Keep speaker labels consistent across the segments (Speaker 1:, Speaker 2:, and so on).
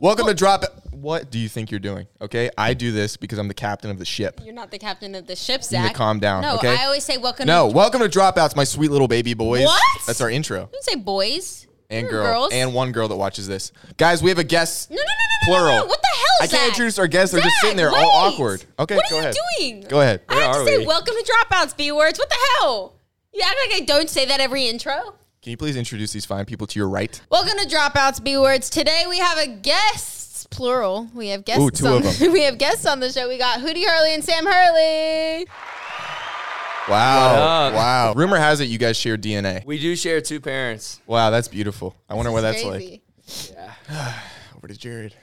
Speaker 1: Welcome to Drop. What do you think you're doing? Okay, I do this because I'm the captain of the ship.
Speaker 2: You're not the captain of the ship,
Speaker 1: You
Speaker 2: Zach.
Speaker 1: need to calm down.
Speaker 2: No,
Speaker 1: okay?
Speaker 2: I always say welcome.
Speaker 1: No,
Speaker 2: to-
Speaker 1: welcome to Dropouts, my sweet little baby boys.
Speaker 2: What?
Speaker 1: That's our intro.
Speaker 2: You can say boys
Speaker 1: And
Speaker 2: You're
Speaker 1: girl,
Speaker 2: girls.
Speaker 1: and one girl that watches this. Guys, we have a guest.
Speaker 2: no, no, no, no, no, no,
Speaker 1: plural.
Speaker 2: no. What the hell?
Speaker 1: I can't
Speaker 2: Zach?
Speaker 1: introduce our guests. They're just
Speaker 2: Zach,
Speaker 1: sitting there,
Speaker 2: wait.
Speaker 1: all awkward. Okay,
Speaker 2: what
Speaker 1: go
Speaker 2: are you
Speaker 1: ahead.
Speaker 2: doing?
Speaker 1: Go ahead.
Speaker 2: I have
Speaker 3: are
Speaker 2: to say
Speaker 3: we?
Speaker 2: welcome to dropouts, B words. What the hell? You act like I don't say that every intro.
Speaker 1: Can you please introduce these fine people to your right?
Speaker 2: Welcome to dropouts, B words. Today we have a guest. Plural. We have guests.
Speaker 1: Ooh, two
Speaker 2: on,
Speaker 1: of them.
Speaker 2: we have guests on the show. We got Hootie Hurley and Sam Hurley.
Speaker 1: Wow.
Speaker 3: up?
Speaker 1: Wow. Rumor has it you guys share DNA.
Speaker 3: We do share two parents.
Speaker 1: Wow, that's beautiful. I wonder what that's like.
Speaker 2: Crazy.
Speaker 1: Over to Jared.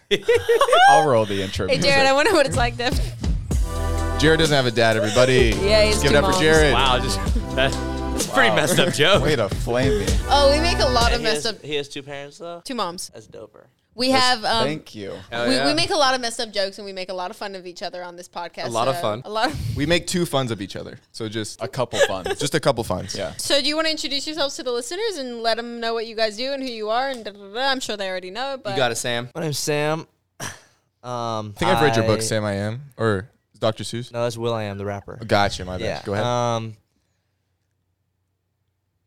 Speaker 1: I'll roll the intro.
Speaker 2: Hey Jared, I wonder what it's like to.
Speaker 1: Jared doesn't have a dad, everybody.
Speaker 2: Yeah,
Speaker 1: Let's
Speaker 2: he's
Speaker 1: give
Speaker 2: two
Speaker 1: it up
Speaker 2: moms.
Speaker 1: for Jared.
Speaker 3: Wow, just that, that's a pretty messed up joke.
Speaker 1: Way to flame me.
Speaker 2: Oh, we make a lot of
Speaker 4: And he,
Speaker 2: messed
Speaker 4: has,
Speaker 2: up.
Speaker 4: he has two parents though.
Speaker 2: Two moms.
Speaker 4: That's doper.
Speaker 2: We have um,
Speaker 1: Thank you.
Speaker 3: Hell
Speaker 2: we,
Speaker 3: yeah.
Speaker 2: we make a lot of messed up jokes and we make a lot of fun of each other on this podcast.
Speaker 3: A lot of fun.
Speaker 2: A lot. Of,
Speaker 1: We make two funs of each other. So just a couple funs. Just a couple funs. Yeah.
Speaker 2: so, do you want to introduce yourselves to the listeners and let them know what you guys do and who you are? And da, da, da, da? I'm sure they already know. But
Speaker 3: you got it, Sam.
Speaker 4: My name's Sam. Um,
Speaker 1: I think I've read your book, Sam I Am, or Dr. Seuss.
Speaker 4: No, that's Will. I am the rapper.
Speaker 1: Gotcha, my bad.
Speaker 4: Yeah.
Speaker 1: Go ahead.
Speaker 4: Um,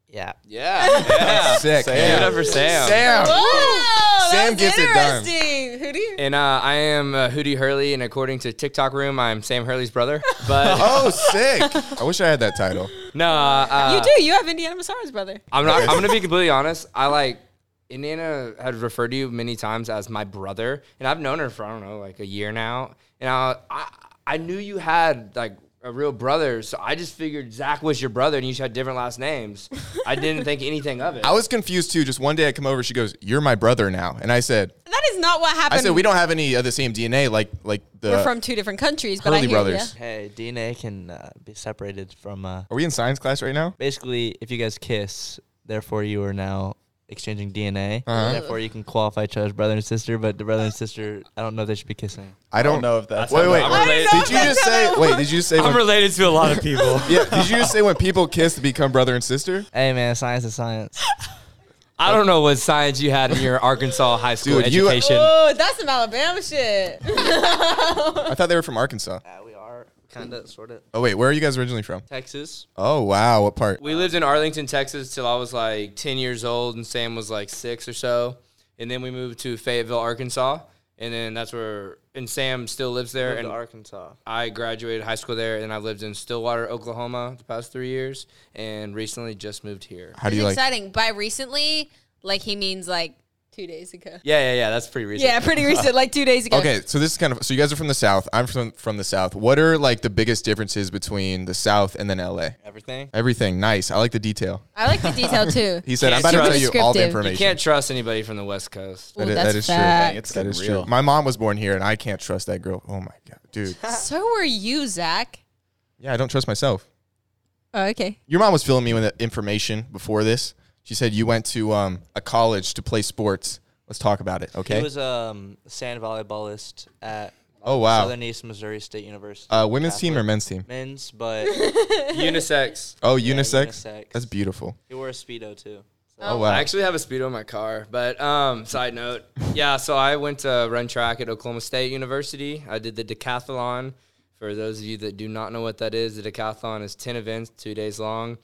Speaker 4: yeah.
Speaker 3: Yeah, yeah.
Speaker 1: Sick.
Speaker 3: Give it
Speaker 1: Uh, Sam.
Speaker 3: up for Sam.
Speaker 1: Sam.
Speaker 2: Whoa,
Speaker 1: Sam
Speaker 2: that's
Speaker 1: gets it done.
Speaker 2: interesting. Who do you?
Speaker 3: And uh, I am uh, Hootie Hurley, and according to TikTok Room, I'm Sam Hurley's brother. But
Speaker 1: Oh, sick. I wish I had that title.
Speaker 3: no, uh,
Speaker 2: you do. You have Indiana Massara's brother.
Speaker 3: I'm not. I'm gonna be completely honest. I like Indiana had referred to you many times as my brother, and I've known her for I don't know like a year now, and I I, I knew you had like. A real brother, so I just figured Zach was your brother, and you just had different last names. I didn't think anything of it.
Speaker 1: I was confused too. Just one day I come over, she goes, You're my brother now. And I said,
Speaker 2: That is not what
Speaker 1: I
Speaker 2: happened.
Speaker 1: said, We don't have any of the same DNA like like the
Speaker 2: We're from two different countries, but I
Speaker 1: Hurley
Speaker 2: hear
Speaker 1: brothers.
Speaker 2: ya.
Speaker 4: Hey, DNA can uh, be separated from. Uh,
Speaker 1: Are we in science class right now?
Speaker 4: basically, if you guys kiss, therefore you are now exchanging DNA.
Speaker 1: Uh-huh.
Speaker 4: Therefore, you can qualify each other as brother and sister. But the brother and sister, I don't know if they should be kissing.
Speaker 1: I don't, know if that's wait, wait.
Speaker 3: I'm I don't related.
Speaker 2: know
Speaker 1: Did
Speaker 2: if
Speaker 1: you
Speaker 2: that's
Speaker 1: just
Speaker 2: how
Speaker 1: say
Speaker 2: that
Speaker 1: wait?
Speaker 2: works.
Speaker 1: Did you say
Speaker 3: I'm
Speaker 1: when,
Speaker 3: related to a lot of people.
Speaker 1: yeah? Did you just say when people kiss to become brother and sister?
Speaker 4: Hey, man, science is science.
Speaker 3: I don't know what science you had in your Arkansas high school
Speaker 1: Dude, you-
Speaker 3: education.
Speaker 2: Oh, that's some Alabama shit.
Speaker 1: I thought they were from Arkansas.
Speaker 4: Yeah, we are kind of sort of
Speaker 1: Oh wait, where are you guys originally from?
Speaker 4: Texas.
Speaker 1: Oh wow, what part?
Speaker 3: we lived in Arlington, Texas till I was like 10 years old and Sam was like 6 or so. And then we moved to Fayetteville, Arkansas, and then that's where and Sam still lives there and
Speaker 4: Arkansas.
Speaker 3: I graduated high school there and I lived in Stillwater, Oklahoma the past 3 years and recently just moved here.
Speaker 1: How do
Speaker 2: it's
Speaker 1: you like?
Speaker 2: exciting. By recently, like he means like two days ago.
Speaker 3: Yeah, yeah, yeah, that's pretty recent.
Speaker 2: Yeah, pretty recent, like two days ago.
Speaker 1: Okay, so this is kind of so you guys are from the South. I'm from from the South. What are like the biggest differences between the South and then LA?
Speaker 4: Everything.
Speaker 1: Everything nice. I like the detail.
Speaker 2: I like the detail too.
Speaker 1: He said, "I'm about
Speaker 3: Can't
Speaker 1: to tell
Speaker 3: trust-
Speaker 1: you all the
Speaker 2: descriptive.
Speaker 1: information."
Speaker 3: You can't trust anybody from the West Coast.
Speaker 2: Ooh,
Speaker 1: That is-
Speaker 2: that's
Speaker 1: that is true.
Speaker 2: fact.
Speaker 5: It's
Speaker 1: That
Speaker 5: getting
Speaker 1: is
Speaker 5: real.
Speaker 1: true. My mom was born here, and I can't trust that girl. Oh my god, dude.
Speaker 2: So were you, Zach?
Speaker 1: yeah, I don't trust myself.
Speaker 2: Oh, okay.
Speaker 1: Your mom was filling me with the information before this. She said you went to um, a college to play sports. Let's talk about it,
Speaker 4: He
Speaker 1: okay?
Speaker 4: was um, sand volleyballist at
Speaker 1: oh wow.
Speaker 4: Southern East Missouri State University.
Speaker 3: Oh.
Speaker 1: Uh, women's team or men's team?
Speaker 4: men's, but
Speaker 3: Unisex.
Speaker 1: Oh, unisex.
Speaker 4: unisex.
Speaker 1: That's beautiful.
Speaker 4: he wore a speedo too. So.
Speaker 1: Oh
Speaker 3: I
Speaker 1: wow.
Speaker 3: actually have a speedo in my car, but um, side note, yeah. So I went to run track at Oklahoma State University. I did the decathlon. For those of you that do not know what that is, the decathlon is ten events, two days long.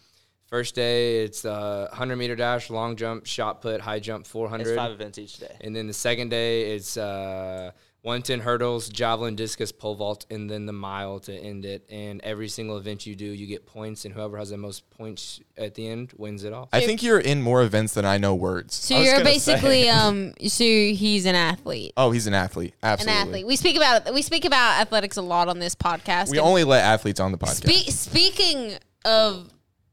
Speaker 3: First day, it's uh, hundred meter dash, long jump, shot put, high jump, four
Speaker 4: It's
Speaker 3: hundred,
Speaker 4: five events each day.
Speaker 3: and then the second day it's uh, one ten hurdles, javelin, discus, pole vault, and then the mile to end it. And every single event you do, you get points, and whoever has the most points at the end wins it all.
Speaker 1: I think you're in more events than I know words.
Speaker 2: So you're basically um. So he's an athlete.
Speaker 1: Oh, he's an athlete.
Speaker 2: An
Speaker 1: Absolutely.
Speaker 2: athlete. We speak about we speak about athletics a lot on this podcast.
Speaker 1: We
Speaker 2: And
Speaker 1: only let athletes on the podcast.
Speaker 2: spe- speaking of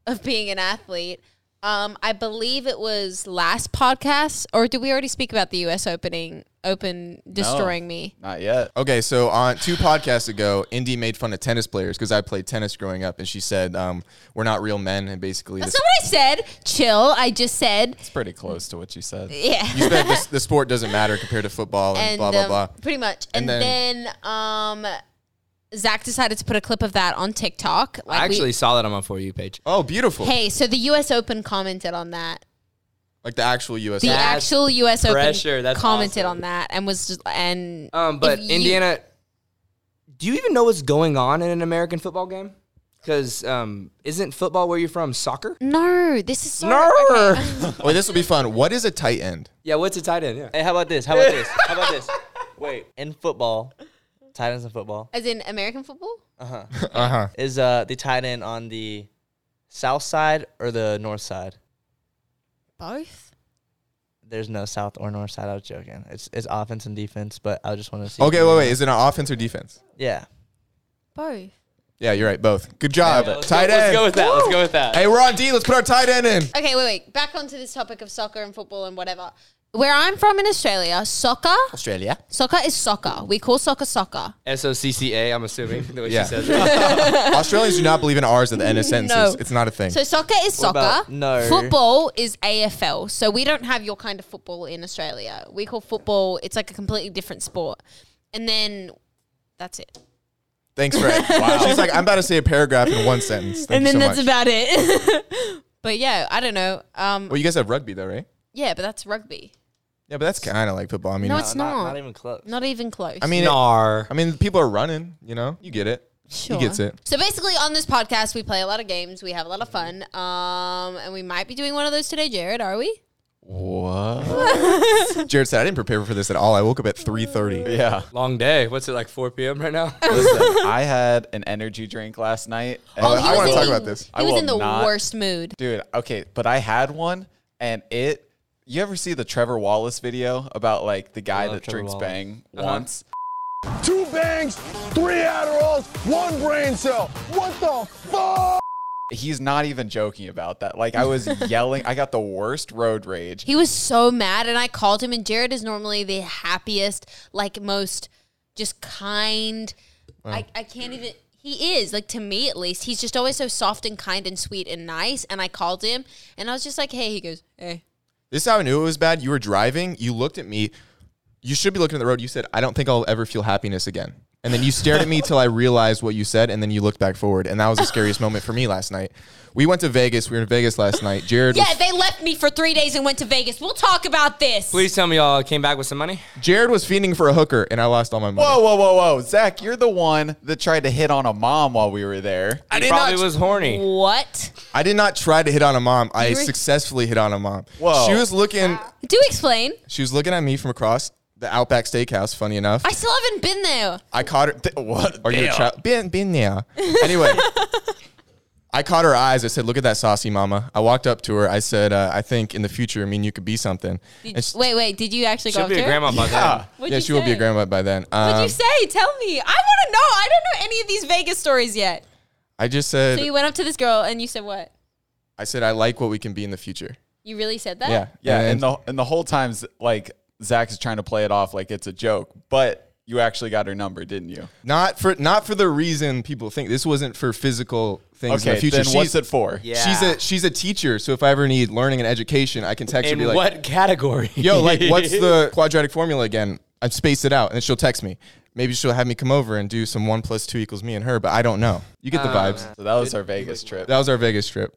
Speaker 2: of being an athlete, um, I believe it was last podcast, or did we already speak about the U.S. opening open destroying me?
Speaker 5: Not yet.
Speaker 1: Okay, so on two podcasts ago, Indy made fun of tennis players because I played tennis growing up, and she said, um, "We're not real men," and basically,
Speaker 2: That's
Speaker 1: this,
Speaker 2: not what I said. Chill. I just said
Speaker 5: It's pretty close to what you said.
Speaker 2: yeah.
Speaker 1: you said this, the sport doesn't matter compared to football and, blah blah
Speaker 2: um,
Speaker 1: blah.
Speaker 2: Pretty much. And,
Speaker 1: And
Speaker 2: then,
Speaker 1: then-
Speaker 2: um Zach decided to put a clip of that on TikTok. Like
Speaker 3: I
Speaker 2: we-
Speaker 3: actually saw that on my for you page.
Speaker 1: Oh, beautiful!
Speaker 2: hey, so the US Open commented on that.
Speaker 1: Like the actual US.
Speaker 2: The
Speaker 1: Open.
Speaker 3: That's
Speaker 2: actual U.S. Open
Speaker 3: pressure. That's
Speaker 2: commented
Speaker 3: awesome.
Speaker 2: on that and was just, and
Speaker 3: Um, but
Speaker 2: if you-
Speaker 3: Indiana, do you even know what's going on in an American football game? Because um, isn't football where you're from soccer?
Speaker 2: No, this is so.
Speaker 3: No.
Speaker 1: Wait, this will be fun. What is a tight end?
Speaker 3: Yeah, what's a tight end? Yeah.
Speaker 4: Hey, how about this? How about this? How about this? Wait, in football, tight ends in football
Speaker 2: As in American football?
Speaker 4: Uh-huh.
Speaker 1: Uh huh.
Speaker 4: is uh the tight end on the south side or the north side?
Speaker 2: Both.
Speaker 4: There's no south or north side. I was joking. It's it's offense and defense, but I just want to see.
Speaker 1: Okay, wait, wait. Is it an offense or defense?
Speaker 4: Yeah.
Speaker 2: Both.
Speaker 1: Yeah, you're right. Both. Good job. tight
Speaker 4: Let's
Speaker 1: end.
Speaker 4: go with that. Let's go with that.
Speaker 1: Hey, we're on D. Let's put our tight end in.
Speaker 2: Okay, wait, wait. Back onto this topic of soccer and football and whatever. Where I'm from in Australia, soccer,
Speaker 1: Australia.
Speaker 2: soccer is soccer. We call soccer soccer.
Speaker 3: S O C C A. I'm assuming the way
Speaker 1: Yeah.
Speaker 3: she says it.
Speaker 1: Australians do not believe in R's at the end of sentences. It's not a thing.
Speaker 2: So soccer is soccer.
Speaker 4: about no?
Speaker 2: Football is AFL. So we don't have your kind of football in Australia. We call football. It's like a completely different sport. And then that's it.
Speaker 1: Thanks, Fred. Wow. She's like, I'm about to say a paragraph in one sentence. Thank
Speaker 2: and
Speaker 1: you
Speaker 2: then
Speaker 1: so much.
Speaker 2: that's about it. but yeah, I don't know. Um,
Speaker 1: Well, you guys have rugby though, right?
Speaker 2: yeah, but that's rugby.
Speaker 1: Yeah, but that's kind of like football. I mean,
Speaker 2: No,
Speaker 1: uh,
Speaker 2: it's not.
Speaker 4: Not even close.
Speaker 2: Not even close.
Speaker 1: I mean, it-
Speaker 3: Nar.
Speaker 1: I mean, people are running. You know, you get it.
Speaker 2: Sure.
Speaker 1: He gets it.
Speaker 2: So basically, on this podcast, we play a lot of games. We have a lot of fun. Um, and we might be doing one of those today, Jared. Are we?
Speaker 1: What? Jared said, I didn't prepare for this at all. I woke up at 3:30.
Speaker 5: Yeah.
Speaker 3: Long day. What's it like? 4 p.m. right now.
Speaker 5: Listen, I had an energy drink last night. and
Speaker 1: Oh,
Speaker 2: he
Speaker 1: I
Speaker 2: was
Speaker 1: wanna
Speaker 2: in
Speaker 1: talk
Speaker 2: the-
Speaker 1: about this.
Speaker 2: He
Speaker 5: I
Speaker 2: was
Speaker 5: will
Speaker 2: in the
Speaker 5: not-
Speaker 2: worst mood.
Speaker 5: Dude, okay, but I had one and it you ever see the Trevor Wallace video about like the guy
Speaker 4: love
Speaker 5: that
Speaker 4: Trevor
Speaker 5: drinks
Speaker 4: Wallace. Uh-huh.
Speaker 5: bang once?
Speaker 6: Two bangs, three Adderalls, one brain cell. What the fuck?
Speaker 5: He's not even joking about that. Like I was yelling, I got the worst road rage.
Speaker 2: He was so mad, and I called him. And Jared is normally the happiest, like most, just kind. I, I can't even. He is like to me at least. He's just always so soft and kind and sweet and nice. And I called him, and I was just like, "Hey." He goes, eh. "Hey."
Speaker 1: This is how I knew it was bad. You were driving. You looked at me. You should be looking at the road. You said, I don't think I'll ever feel happiness again. And then you stared at me till I realized what you said, and then you looked back forward. And that was the scariest moment for me last night. We went to Vegas. We were in Vegas last night. Jared,
Speaker 2: Yeah,
Speaker 1: was,
Speaker 2: they left me for three days and went to Vegas. We'll talk about this.
Speaker 3: Please tell me y'all came back with some money.
Speaker 1: Jared was fiending for a hooker, and I lost all my money.
Speaker 5: Whoa, whoa, whoa, whoa. Zach, you're the one that tried to hit on a mom while we were there.
Speaker 1: I did
Speaker 3: Probably
Speaker 1: not.
Speaker 3: was horny.
Speaker 2: What?
Speaker 1: I did not try to hit on a mom. I
Speaker 2: were-
Speaker 1: successfully hit on a mom.
Speaker 5: Whoa.
Speaker 1: She was looking.
Speaker 2: Do explain.
Speaker 1: She was looking at me from across the Outback Steakhouse. Funny enough,
Speaker 2: I still haven't been there.
Speaker 1: I caught her. th- what? Are you a
Speaker 5: Damn.
Speaker 1: child? Been been there. Anyway, I caught her eyes. I said, "Look at that saucy mama." I walked up to her. I said, uh, "I think in the future, I mean, you could be something." And she-
Speaker 2: wait, wait. Did you actually go
Speaker 3: Should
Speaker 2: up
Speaker 3: be
Speaker 2: to
Speaker 3: a
Speaker 2: her?
Speaker 3: grandma by
Speaker 5: Yeah.
Speaker 2: What'd
Speaker 1: yeah,
Speaker 2: you
Speaker 1: she will be a
Speaker 2: say?
Speaker 1: grandma by then. Um,
Speaker 2: What'd you say? Tell me. I want to know. I don't know any of these Vegas stories yet.
Speaker 1: I just said,
Speaker 2: So you went up to this girl and you said what?
Speaker 1: I said, I like what we can be in the future.
Speaker 2: You really said that?
Speaker 1: Yeah,
Speaker 5: Yeah, and
Speaker 1: And
Speaker 5: the and the whole time like Zach is trying to play it off like it's a joke, but you actually got her number, didn't you?
Speaker 1: not for not for the reason people think. This wasn't for physical things in
Speaker 5: Okay,
Speaker 1: the future.
Speaker 5: then what's
Speaker 1: She's-
Speaker 5: it for? Yeah.
Speaker 1: She's a she's a teacher, so if I ever need learning and education, I can text
Speaker 3: then.
Speaker 1: her
Speaker 3: In
Speaker 1: and be like,
Speaker 3: what category?
Speaker 1: "Yo, like, what's the quadratic formula again?" I've spaced it out, and she'll text me. Maybe she'll have me come over and do some one plus two equals me and her, but I don't know. You get the vibes.
Speaker 5: So that was our Vegas trip.
Speaker 1: That was our Vegas trip.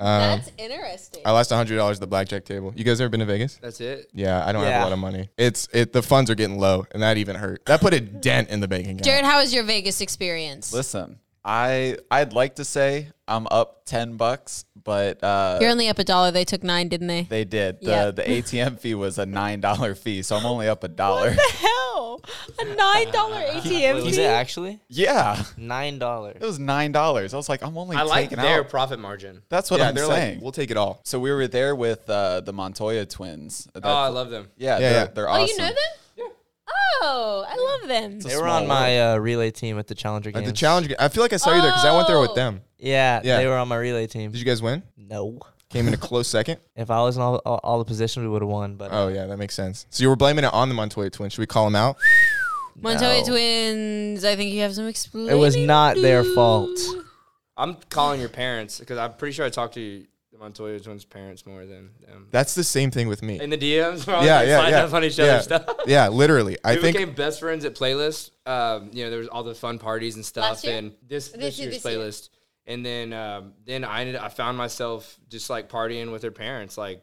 Speaker 2: That's interesting.
Speaker 1: I lost hundred dollars at the blackjack table. You guys ever been to Vegas?
Speaker 3: That's it.
Speaker 1: Yeah, I don't have
Speaker 4: Yeah.
Speaker 1: a lot of money. It's it. The funds are getting low, and that even hurt. That put a dent in the banking account.
Speaker 2: Jared, how was your Vegas experience?
Speaker 5: Listen, I I'd like to say I'm up ten bucks, but uh,
Speaker 2: You're only up a dollar. They took nine, didn't they?
Speaker 5: they did the
Speaker 2: Yeah.
Speaker 5: the ATM fee was a nine dollar fee, so I'm only up a dollar.
Speaker 2: Hell, a nine dollar ATM
Speaker 4: Was it actually
Speaker 5: yeah,
Speaker 4: nine dollars?
Speaker 5: it was nine dollars. I was like, I'm only
Speaker 3: I like
Speaker 5: taking
Speaker 3: their
Speaker 5: out.
Speaker 3: profit margin.
Speaker 5: That's what
Speaker 1: yeah,
Speaker 5: I'm
Speaker 1: they're
Speaker 5: saying.
Speaker 1: like, we'll take it all.
Speaker 5: so we were there with uh, the Montoya twins. That's,
Speaker 3: Oh, I love them.
Speaker 5: yeah,
Speaker 1: Yeah,
Speaker 5: they're,
Speaker 1: yeah.
Speaker 5: they're
Speaker 2: Oh,
Speaker 5: awesome.
Speaker 2: you know them? Oh, I love them.
Speaker 4: They were on my uh, relay team at the Challenger
Speaker 1: Like
Speaker 4: Games.
Speaker 1: the challenge. I feel like I saw you there because I went there with them.
Speaker 4: Yeah,
Speaker 1: Yeah.
Speaker 4: they were on my relay team.
Speaker 1: Did you guys win?
Speaker 4: No.
Speaker 1: Came in a close second.
Speaker 4: If I was in all, all, all the positions, we would have won. But
Speaker 1: Oh yeah, that makes sense. So you were blaming it on the Montoya twins. Should we call them out?
Speaker 2: Montoya
Speaker 4: No.
Speaker 2: twins. I think you have some explaining.
Speaker 4: it was not their
Speaker 2: to do.
Speaker 4: fault.
Speaker 3: I'm calling your parents because I'm pretty sure I talked to you, the Montoya twins' parents more than them.
Speaker 1: That's the same thing with me.
Speaker 3: In the DMs, we're
Speaker 1: yeah,
Speaker 3: yeah,
Speaker 1: yeah, yeah.
Speaker 3: up on each
Speaker 1: yeah.
Speaker 3: other's stuff.
Speaker 1: yeah, literally. I
Speaker 3: we
Speaker 1: think
Speaker 3: became best friends at playlist. Um, you know, there was all the fun parties and stuff,
Speaker 2: Last year?
Speaker 3: and this
Speaker 2: This
Speaker 3: this,
Speaker 2: year,
Speaker 3: year's
Speaker 2: this year.
Speaker 3: playlist. And then um, then I ended, I found myself just like partying with her parents, like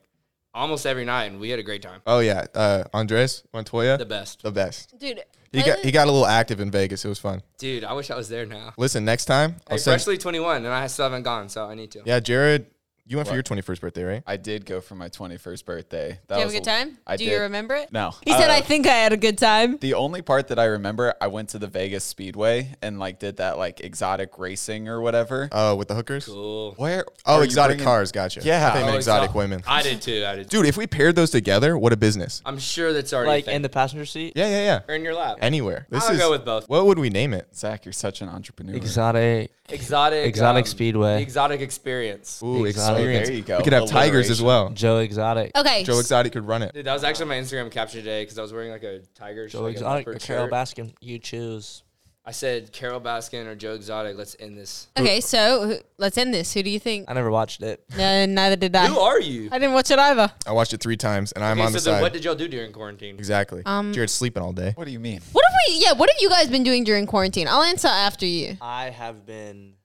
Speaker 3: almost every night, and we had a great time.
Speaker 1: Oh yeah, uh, Andres Montoya,
Speaker 3: The best,
Speaker 1: the best.
Speaker 2: dude.
Speaker 1: He got he got a little active in Vegas. It was fun.
Speaker 3: dude. I wish I was there now.
Speaker 1: Listen, next time I'll
Speaker 3: Hey,
Speaker 1: send.
Speaker 3: freshly 21, and I still haven't gone, so I need to.
Speaker 1: Yeah, Jared, you went for
Speaker 5: What?
Speaker 1: your 21st birthday, right?
Speaker 5: I did go for my 21st birthday.
Speaker 2: Did you
Speaker 5: That
Speaker 2: have
Speaker 5: was
Speaker 2: a good time?
Speaker 5: I
Speaker 2: Do
Speaker 5: did.
Speaker 2: you remember it?
Speaker 5: No.
Speaker 2: He said,
Speaker 5: Uh,
Speaker 2: "I think I had a good time."
Speaker 5: The only part that I remember, I went to the Vegas Speedway and like did that like exotic racing or whatever.
Speaker 1: Oh, with the hookers.
Speaker 3: Cool.
Speaker 5: Where?
Speaker 1: Oh,
Speaker 5: are you
Speaker 1: exotic
Speaker 5: bringing-
Speaker 1: cars. Gotcha.
Speaker 5: Yeah.
Speaker 1: I think
Speaker 5: Oh,
Speaker 1: exotic women.
Speaker 3: I did too. I did. Dude,
Speaker 1: Dude, if we paired those together, what a business.
Speaker 3: I'm sure that's already
Speaker 4: Like
Speaker 3: a thing.
Speaker 4: in the passenger seat.
Speaker 1: Yeah, yeah,
Speaker 3: or
Speaker 1: yeah.
Speaker 3: in your lap.
Speaker 1: Anywhere. This
Speaker 3: I'll
Speaker 1: is,
Speaker 3: go with both.
Speaker 1: What would we name it?
Speaker 5: Zach, you're such an entrepreneur.
Speaker 4: Exotic.
Speaker 3: exotic,
Speaker 4: Exotic Speedway.
Speaker 3: the exotic experience.
Speaker 1: Ooh,
Speaker 4: Exotic.
Speaker 1: experience.
Speaker 5: There you go.
Speaker 1: We could have tigers as well.
Speaker 4: Joe Exotic.
Speaker 2: Okay,
Speaker 1: Joe Exotic could run it.
Speaker 3: Dude, that was actually my Instagram capture today because I was wearing like a tiger.
Speaker 4: Joe
Speaker 3: like a
Speaker 4: Exotic or
Speaker 3: leopard
Speaker 4: Carol
Speaker 3: shirt.
Speaker 4: Baskin. You choose.
Speaker 3: I said Carol Baskin or Joe Exotic. Let's end this.
Speaker 2: okay. So who- let's end this. Who do you think?
Speaker 4: I never watched it.
Speaker 2: No, neither did I.
Speaker 3: Who are you?
Speaker 2: I didn't watch it either.
Speaker 1: I watched it three times and I'm
Speaker 3: okay,
Speaker 1: on
Speaker 3: so
Speaker 1: the
Speaker 3: then
Speaker 1: side.
Speaker 3: what did y'all do during quarantine?
Speaker 1: exactly.
Speaker 2: Um,
Speaker 1: Jared's sleeping all day.
Speaker 5: What do you mean?
Speaker 2: What have we? Yeah, what have you guys been doing during quarantine? I'll answer after you.
Speaker 4: I have been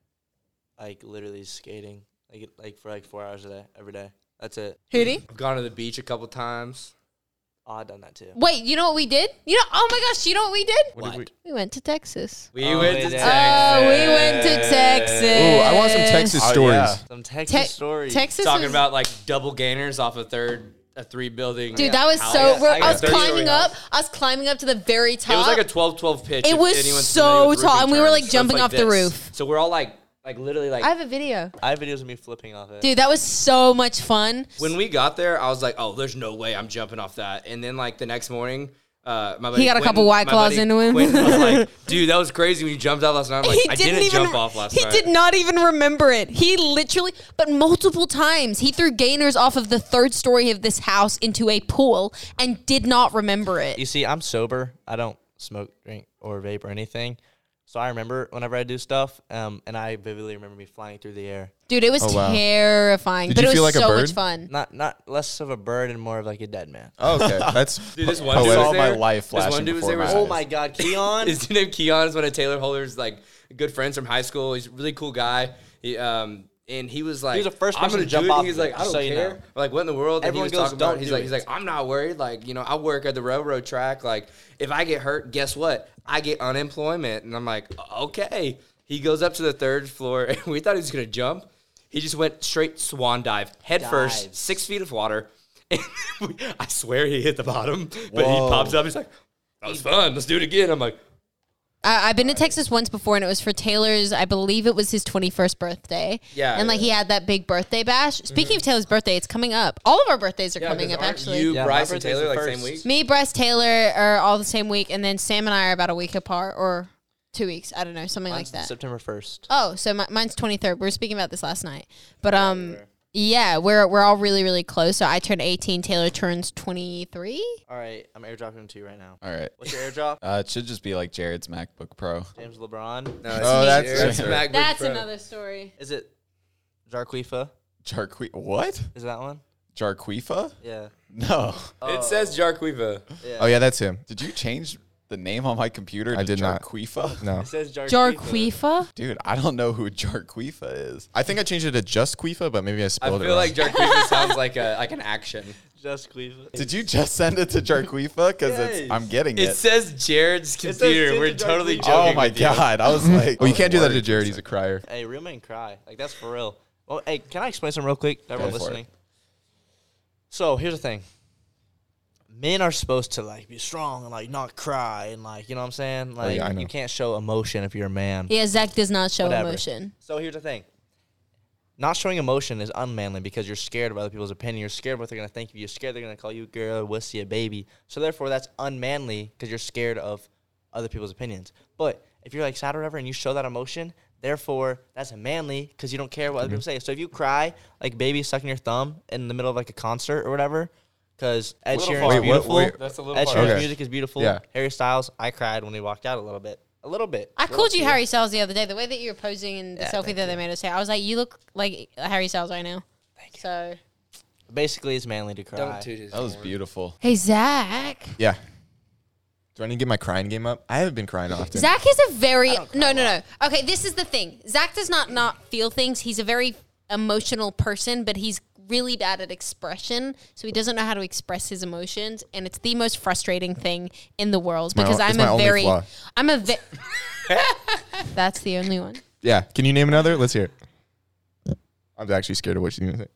Speaker 4: like literally skating like like for like four hours a day every day. That's it.
Speaker 2: Hootie.
Speaker 3: I've gone to the beach a couple times.
Speaker 4: Oh, I've done that too.
Speaker 2: Wait, you know what we did? You know? Oh my gosh, you know what we did?
Speaker 1: What did we-
Speaker 2: We went to Texas.
Speaker 3: We
Speaker 4: Oh,
Speaker 3: went
Speaker 4: we
Speaker 3: to
Speaker 4: did.
Speaker 3: Texas.
Speaker 2: Oh, we went to Texas.
Speaker 1: Ooh, I want some Texas
Speaker 5: Oh,
Speaker 1: stories.
Speaker 5: yeah.
Speaker 4: Some Texas
Speaker 2: Te-
Speaker 4: stories.
Speaker 2: Texas.
Speaker 3: Talking
Speaker 2: was-
Speaker 3: about like double gainers off a third, a three building.
Speaker 2: Dude, that was
Speaker 3: house.
Speaker 2: so. we're-
Speaker 4: I
Speaker 2: I
Speaker 4: got
Speaker 2: was
Speaker 4: a 30-story
Speaker 2: climbing up. I was climbing up to the very top.
Speaker 3: It was like a 12 12 pitch.
Speaker 2: It
Speaker 3: if
Speaker 2: was
Speaker 3: anyone's
Speaker 2: so
Speaker 3: familiar with
Speaker 2: tall,
Speaker 3: roofing
Speaker 2: and we were, like,
Speaker 3: terms. So it's
Speaker 2: jumping off the
Speaker 3: this.
Speaker 2: roof.
Speaker 3: So we're all like, like literally like.
Speaker 2: I have a video,
Speaker 4: I have videos of me flipping off it.
Speaker 2: dude. That was so much fun.
Speaker 3: when we got there, I was like, oh, there's no way I'm jumping off that. And then like the next morning, uh, my buddy
Speaker 2: got a
Speaker 3: Quentin-
Speaker 2: couple White
Speaker 3: my
Speaker 2: Claws
Speaker 3: buddy
Speaker 2: into him.
Speaker 3: Quentin was like, dude, that was crazy when you jumped out last night. I'm like, I didn't, jump off last
Speaker 2: he
Speaker 3: night.
Speaker 2: did not even remember it. He literally, but multiple times, he threw gainers off of the third story of this house into a pool and did not remember it.
Speaker 4: You see, I'm sober. I don't smoke, drink, or vape or anything. So I remember whenever I do stuff, um, and I vividly remember me flying through the air.
Speaker 2: Dude, it was
Speaker 3: Oh,
Speaker 1: wow.
Speaker 2: terrifying,
Speaker 1: Did
Speaker 2: but
Speaker 1: you
Speaker 2: it was
Speaker 1: feel like a
Speaker 2: so much
Speaker 1: bird?
Speaker 2: fun.
Speaker 4: Not not less of a bird and more of like a dead man.
Speaker 1: Oh, okay. That's Oh,
Speaker 3: Dude, this one
Speaker 5: I
Speaker 3: dude
Speaker 5: saw
Speaker 3: was
Speaker 5: my
Speaker 3: there.
Speaker 5: life
Speaker 3: This one
Speaker 5: flashing
Speaker 3: dude was
Speaker 5: before
Speaker 3: there.
Speaker 5: my
Speaker 3: was-
Speaker 5: eyes.
Speaker 4: Oh my God, Keon!
Speaker 3: His name Keon is one of Taylor Holder's like good friends from high school. He's a really cool guy. He, um, and he was like,
Speaker 4: He was the first
Speaker 3: I'm
Speaker 4: person
Speaker 3: gonna
Speaker 4: to jump
Speaker 3: do it.
Speaker 4: off
Speaker 3: And He's
Speaker 4: of it,
Speaker 3: like, I don't
Speaker 4: just so you
Speaker 3: care.
Speaker 4: know.
Speaker 3: Like, what in the world? And he
Speaker 4: Everyone
Speaker 3: was
Speaker 4: goes,
Speaker 3: talking about.
Speaker 4: "Don't
Speaker 3: He's
Speaker 4: do
Speaker 3: like,
Speaker 4: it."
Speaker 3: he's like, I'm not worried. Like, you know, I work at the railroad track. Like, if I get hurt, guess what? I get unemployment. And I'm like, okay. He goes up to the third floor, and we thought he was gonna jump. He just went straight swan dive, head first,
Speaker 4: Dives.
Speaker 3: six feet of water. And we- I swear he hit the bottom, but
Speaker 5: Whoa.
Speaker 3: he pops up. He's like, "That was fun. Let's do it again." I'm like.
Speaker 2: I, I've been to Texas once before, and it was for Taylor's. I believe it was his twenty first birthday.
Speaker 3: Yeah,
Speaker 2: and like
Speaker 3: yeah. Mm-hmm.
Speaker 2: he had that big birthday bash. Speaking of Taylor's birthday, it's coming up. All of our birthdays are
Speaker 3: Yeah,
Speaker 2: coming
Speaker 3: 'cause
Speaker 2: up,
Speaker 3: aren't
Speaker 2: actually.
Speaker 3: You,
Speaker 4: Yeah, my
Speaker 3: Bryce, and
Speaker 4: birthday's
Speaker 3: Taylor
Speaker 4: the
Speaker 3: like same
Speaker 4: first.
Speaker 3: week.
Speaker 2: Me, Bryce, Taylor are all the same week, and then Sam and I are about a week apart or two weeks. I don't know, something
Speaker 4: Mine's
Speaker 2: like that.
Speaker 4: September first.
Speaker 2: Oh, so mi- mine's twenty third. We were speaking about this last night, but um, yeah, we're we're all really really close. So I turned eighteen. Taylor turns twenty three.
Speaker 4: All right, I'm airdropping them to you right now.
Speaker 5: All right.
Speaker 4: What's your airdrop?
Speaker 5: Uh, it should just be like Jared's MacBook Pro.
Speaker 4: James LeBron.
Speaker 1: Oh, that's-
Speaker 5: that's
Speaker 3: MacBook
Speaker 2: That's
Speaker 3: Pro.
Speaker 2: another story.
Speaker 4: Is it Jarquifa?
Speaker 5: Jarque what?
Speaker 4: Is that one?
Speaker 5: Jarquifa?
Speaker 4: Yeah.
Speaker 5: No.
Speaker 2: Oh.
Speaker 3: It says Jarquiva.
Speaker 1: Oh yeah, that's him.
Speaker 5: Did you change the name on my computer? To
Speaker 1: I did not.
Speaker 5: Jarquifa?
Speaker 1: No.
Speaker 4: It says Jarquifa.
Speaker 2: Jarquifa?
Speaker 5: Dude, I don't know who Jarquifa is.
Speaker 1: I think I changed it to just Quifa, but maybe I
Speaker 3: I
Speaker 1: spelled it.
Speaker 3: feel
Speaker 1: wrong.
Speaker 3: like Jarquiva sounds like a like an action.
Speaker 4: Jasquifa.
Speaker 5: Did you just send it to Jarquifa? Because it's
Speaker 4: Yes.
Speaker 5: I'm getting
Speaker 3: It
Speaker 5: it.
Speaker 3: says Jared's
Speaker 4: says
Speaker 3: computer.
Speaker 4: Jared
Speaker 3: We're
Speaker 4: Jarquiva.
Speaker 3: totally joking.
Speaker 5: Oh my
Speaker 3: with you.
Speaker 5: god. I was like,
Speaker 1: Well, you can't do that to
Speaker 5: Lord.
Speaker 1: Jared. He's a crier.
Speaker 4: Hey, real men cry. Like that's for real. Well, hey, can I explain something real quick? to Everyone
Speaker 5: for it.
Speaker 4: listening. So here's the thing. Men are supposed to like be strong and like not cry and like you know what I'm saying. Like
Speaker 1: yeah, I know.
Speaker 4: you can't show emotion if you're a man.
Speaker 2: Yeah, Zach does not show
Speaker 4: Whatever.
Speaker 2: emotion.
Speaker 4: So here's the thing. Not showing emotion is unmanly because you're scared of other people's opinion. You're scared of what they're gonna think of you. You're scared they're gonna call you a girl, a wussy, a baby. So therefore, that's unmanly because you're scared of other people's opinions. But if you're like sad or whatever and you show that emotion, therefore that's manly because you don't care what other people say. So if you cry like baby sucking your thumb in the middle of like a concert or whatever, because Ed
Speaker 3: Little
Speaker 4: Sheeran's
Speaker 3: far. Wait,
Speaker 1: what-
Speaker 4: beautiful.
Speaker 1: wait.
Speaker 3: That's a little
Speaker 4: Ed
Speaker 3: far.
Speaker 4: Sheeran's
Speaker 1: Okay.
Speaker 4: music is beautiful.
Speaker 1: Yeah.
Speaker 4: Harry Styles, I cried when he walked out a little bit. A little bit.
Speaker 2: I called you Harry Styles the other day. The way that you were posing and the
Speaker 4: Yeah,
Speaker 2: selfie
Speaker 4: thank
Speaker 2: that they made us take, I was like, you look like Harry Styles right now. Thank you. So,
Speaker 4: Basically, it's manly to cry.
Speaker 3: Don't toot his
Speaker 5: That was
Speaker 3: horn.
Speaker 5: beautiful.
Speaker 2: hey Zach.
Speaker 1: Yeah. Do I need to get my crying game up? I haven't been crying often.
Speaker 2: Zach is a very no, no, no. Okay, this is the thing. Zach does not not feel things. He's a very emotional person, but he's really bad at expression, so he doesn't know how to express his emotions, and it's the most frustrating thing in the world
Speaker 1: my o-
Speaker 2: because
Speaker 1: it's
Speaker 2: I'm
Speaker 1: my
Speaker 2: a
Speaker 1: only
Speaker 2: very,
Speaker 1: flaw.
Speaker 2: I'm a. Ve- That's the only one.
Speaker 1: Yeah. Can you name another? Let's hear it. I'm actually scared of what she's gonna say.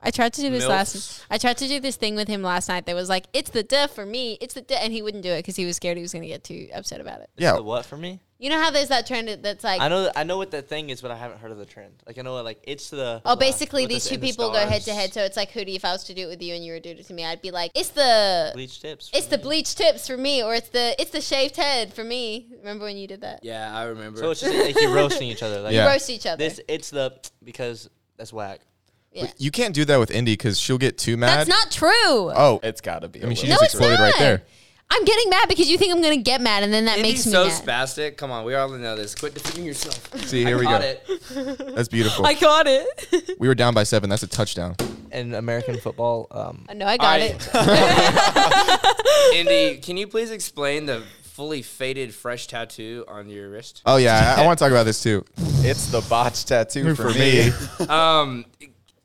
Speaker 2: I tried to do this
Speaker 4: Milfs.
Speaker 2: last. I tried to do this thing with him last night that was like, "It's the duh for me. It's the duh," and he wouldn't do it because he was scared he was going to get too upset about it.
Speaker 1: Yeah.
Speaker 4: The what for me?
Speaker 2: You know how there's that trend that's like,
Speaker 4: I know I know what the thing is, but I haven't heard of the trend. Like I know like it's the uh,
Speaker 2: oh, basically
Speaker 4: with
Speaker 2: these
Speaker 4: us
Speaker 2: two
Speaker 4: in the
Speaker 2: people go head to
Speaker 4: stars.
Speaker 2: head. So it's like, who do you, if I was to do it with you and you were to do it to me, I'd be like, it's the
Speaker 4: bleach tips.
Speaker 2: it's the bleach tips for me, or it's the it's the shaved head for me. Remember when you did that?
Speaker 3: Yeah, I remember.
Speaker 4: so it's just like you're roasting each other. Like
Speaker 1: Yeah.
Speaker 2: Roast each other.
Speaker 4: this it's the because that's whack.
Speaker 2: yeah.
Speaker 1: You can't do that with Indy because she'll get too mad.
Speaker 2: That's not true.
Speaker 1: oh,
Speaker 5: It's gotta be.
Speaker 1: I mean, she
Speaker 2: No,
Speaker 1: just
Speaker 2: it's
Speaker 1: exploded right
Speaker 2: not.
Speaker 1: there.
Speaker 2: I'm getting mad because you think I'm going to get mad, and then that makes
Speaker 3: Indy's
Speaker 2: me
Speaker 3: so
Speaker 2: mad.
Speaker 3: spastic. Come on, we all know this. Quit defending yourself.
Speaker 1: See, here we go.
Speaker 3: Got it.
Speaker 1: That's beautiful.
Speaker 2: I got it.
Speaker 1: we were down by seven. That's a touchdown.
Speaker 4: In American football, um,
Speaker 2: I know Oh, I
Speaker 3: All
Speaker 2: got it.
Speaker 3: Indy, can you please explain the fully faded fresh tattoo on your wrist?
Speaker 1: Oh yeah, I, want to talk about this too.
Speaker 5: It's the botch tattoo for,
Speaker 1: For
Speaker 5: me.
Speaker 1: me.
Speaker 3: Um,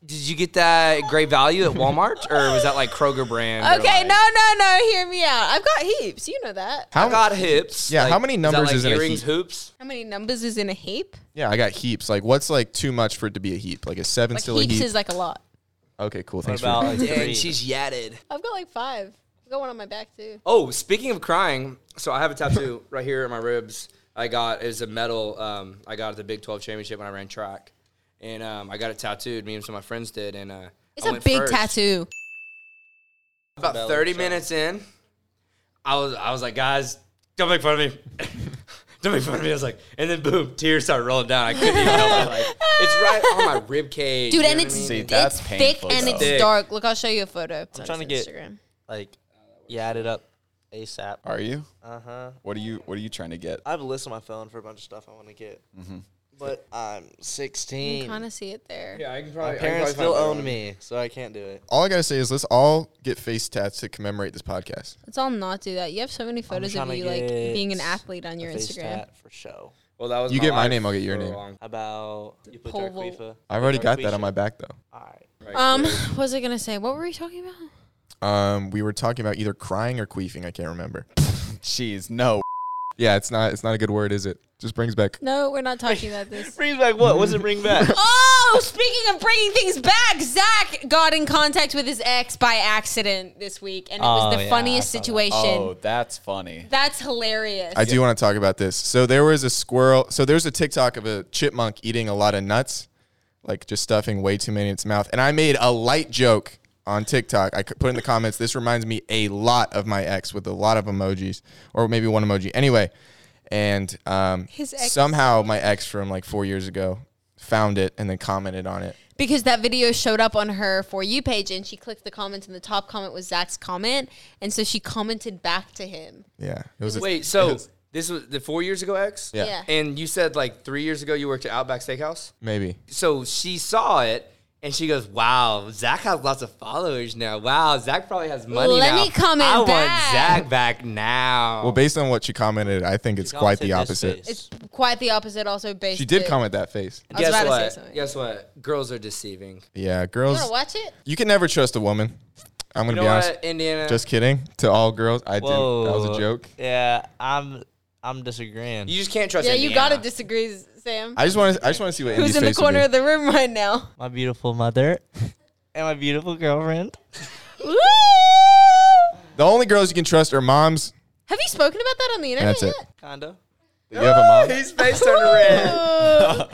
Speaker 3: did you get that great value at Walmart or was that like Kroger brand? or,
Speaker 2: Okay,
Speaker 3: like-
Speaker 2: no, no, no. Hear me out. I've got heaps. You know that.
Speaker 1: How
Speaker 3: I got hips.
Speaker 1: Yeah, how many
Speaker 3: that,
Speaker 1: numbers
Speaker 3: like,
Speaker 1: is in a
Speaker 3: earrings,
Speaker 1: heap?
Speaker 3: hoops?
Speaker 2: How many numbers is in a heap?
Speaker 1: Yeah, I got heaps. Like, what's like too much for it to be a heap? Like, is seven
Speaker 2: Like
Speaker 1: still
Speaker 2: heaps
Speaker 1: a heap?
Speaker 2: is like a lot.
Speaker 1: okay, cool.
Speaker 4: what
Speaker 1: Thanks
Speaker 4: about
Speaker 1: for
Speaker 4: like three?
Speaker 3: yatted.
Speaker 2: I've got like five. I've got one on my back too.
Speaker 3: Oh, speaking of crying, so I have a tattoo right here at my ribs. I got it was a medal um, I got at the Big Twelve Championship when I ran track, and um, I got it tattooed. Me and some of my friends did, and uh,
Speaker 2: It's
Speaker 3: a
Speaker 2: a big tattoo.
Speaker 3: About thirty minutes in, I was I was like, guys, don't make fun of me. Don't make fun of me. I was like, and then boom, tears started rolling down. I couldn't even help it. Like, it's right on my rib cage,
Speaker 2: Dude,
Speaker 3: you
Speaker 2: and
Speaker 3: know what
Speaker 2: it's,
Speaker 3: I mean?
Speaker 5: See,
Speaker 2: it's
Speaker 5: that's
Speaker 2: thick
Speaker 5: painful,
Speaker 2: and
Speaker 5: though.
Speaker 2: it's
Speaker 3: Thick.
Speaker 2: dark. Look, I'll show you a photo. It's I'm
Speaker 4: trying to get-
Speaker 2: Instagram.
Speaker 4: like yeah, add it up ASAP.
Speaker 5: Are you?
Speaker 4: Uh huh.
Speaker 5: What are you what are you trying to get?
Speaker 4: I have a list on my phone for a bunch of stuff I want to get,
Speaker 1: Mm-hmm.
Speaker 4: but I'm
Speaker 2: You
Speaker 4: 16.
Speaker 2: kind of see it there.
Speaker 3: Yeah, I can
Speaker 4: my
Speaker 3: probably. I
Speaker 4: parents
Speaker 3: can probably
Speaker 4: still
Speaker 3: find
Speaker 4: own
Speaker 3: one.
Speaker 4: me, so I can't do it.
Speaker 1: all I gotta say is let's all get face tats to commemorate this podcast.
Speaker 2: Let's all not do that. You have so many photos
Speaker 4: trying
Speaker 2: of
Speaker 4: to
Speaker 2: you like
Speaker 4: get
Speaker 2: being an athlete on
Speaker 4: A
Speaker 2: your
Speaker 4: face
Speaker 2: Instagram.
Speaker 4: tat for show.
Speaker 3: Well, that was
Speaker 1: You get my
Speaker 3: life
Speaker 1: name, I'll get your
Speaker 3: for a
Speaker 1: name.
Speaker 3: long-
Speaker 4: How about you put
Speaker 2: Pole
Speaker 4: Dark
Speaker 2: vault.
Speaker 4: Khalifa?
Speaker 1: I've already
Speaker 4: Dark
Speaker 1: got that on
Speaker 4: Khalifa.
Speaker 1: my back though.
Speaker 4: All right.
Speaker 2: Um, what was I gonna say? What were we talking about?
Speaker 1: Um, we were talking about either crying or queefing. I can't remember.
Speaker 5: Jeez, no.
Speaker 1: Yeah, it's not. It's not a good word, is it? Just brings back.
Speaker 2: No, we're not talking about this.
Speaker 4: Brings back what? What's it bring back?
Speaker 2: Oh, speaking of bringing things back, Zach got in contact with his ex by accident this week, and it was
Speaker 4: Oh,
Speaker 2: the
Speaker 4: yeah,
Speaker 2: funniest
Speaker 4: I saw that.
Speaker 2: situation.
Speaker 5: Oh, that's funny.
Speaker 2: That's hilarious.
Speaker 1: I do want to talk about this. So there was a squirrel. So there's a TikTok of a chipmunk eating a lot of nuts, like just stuffing way too many in its mouth. And I made a light joke on TikTok. I c- put in the comments, this reminds me a lot of my ex with a lot of emojis, or maybe one emoji. Anyway, and um,
Speaker 2: His ex.
Speaker 1: somehow my ex from like four years ago found it and then commented on it.
Speaker 2: because that video showed up on her for you page, and she clicked the comments, and the top comment was Zach's comment, and so she commented back to him.
Speaker 1: Yeah, it was. a-
Speaker 3: Wait, so this was the four years ago ex?
Speaker 1: Yeah.
Speaker 2: Yeah.
Speaker 3: And you said like three years ago you worked at Outback Steakhouse.
Speaker 1: maybe.
Speaker 3: So she saw it and she goes, "Wow, Zach has lots of followers now. Wow, Zach probably has money
Speaker 2: Let
Speaker 3: now.
Speaker 2: me comment
Speaker 3: I
Speaker 2: back."
Speaker 3: want Zach back now."
Speaker 1: Well, based on what she commented, I think it's quite the
Speaker 4: Commented this
Speaker 1: opposite.
Speaker 4: face.
Speaker 2: It's quite the opposite. Also, based
Speaker 1: She did
Speaker 2: it-
Speaker 1: comment that face.
Speaker 2: I was
Speaker 3: guess
Speaker 2: about
Speaker 3: what?
Speaker 2: to say something.
Speaker 3: Guess what? Girls are deceiving.
Speaker 1: Yeah,
Speaker 2: You
Speaker 1: girls.
Speaker 2: want to watch it?
Speaker 1: You can never trust a woman. I'm
Speaker 3: You
Speaker 1: gonna
Speaker 3: know
Speaker 1: be honest.
Speaker 3: what, Indiana?
Speaker 1: Just kidding. To all girls, I
Speaker 4: Whoa.
Speaker 1: did. That was a joke.
Speaker 4: Yeah, I'm. I'm disagreeing.
Speaker 3: you just can't trust.
Speaker 2: Yeah, you gotta
Speaker 3: Indiana.
Speaker 2: disagree, Sam.
Speaker 1: I just want to. I just want to see what Indy's
Speaker 2: Who's in the
Speaker 1: face would
Speaker 2: corner
Speaker 1: be.
Speaker 2: of the room right now?
Speaker 4: my beautiful mother and my beautiful girlfriend.
Speaker 2: Woo!
Speaker 1: The only girls you can trust are moms.
Speaker 2: Have you spoken about that on the internet
Speaker 1: That's it.
Speaker 2: yet?
Speaker 4: Kinda.
Speaker 1: You have a mom.
Speaker 3: His face turned red.
Speaker 2: Oh.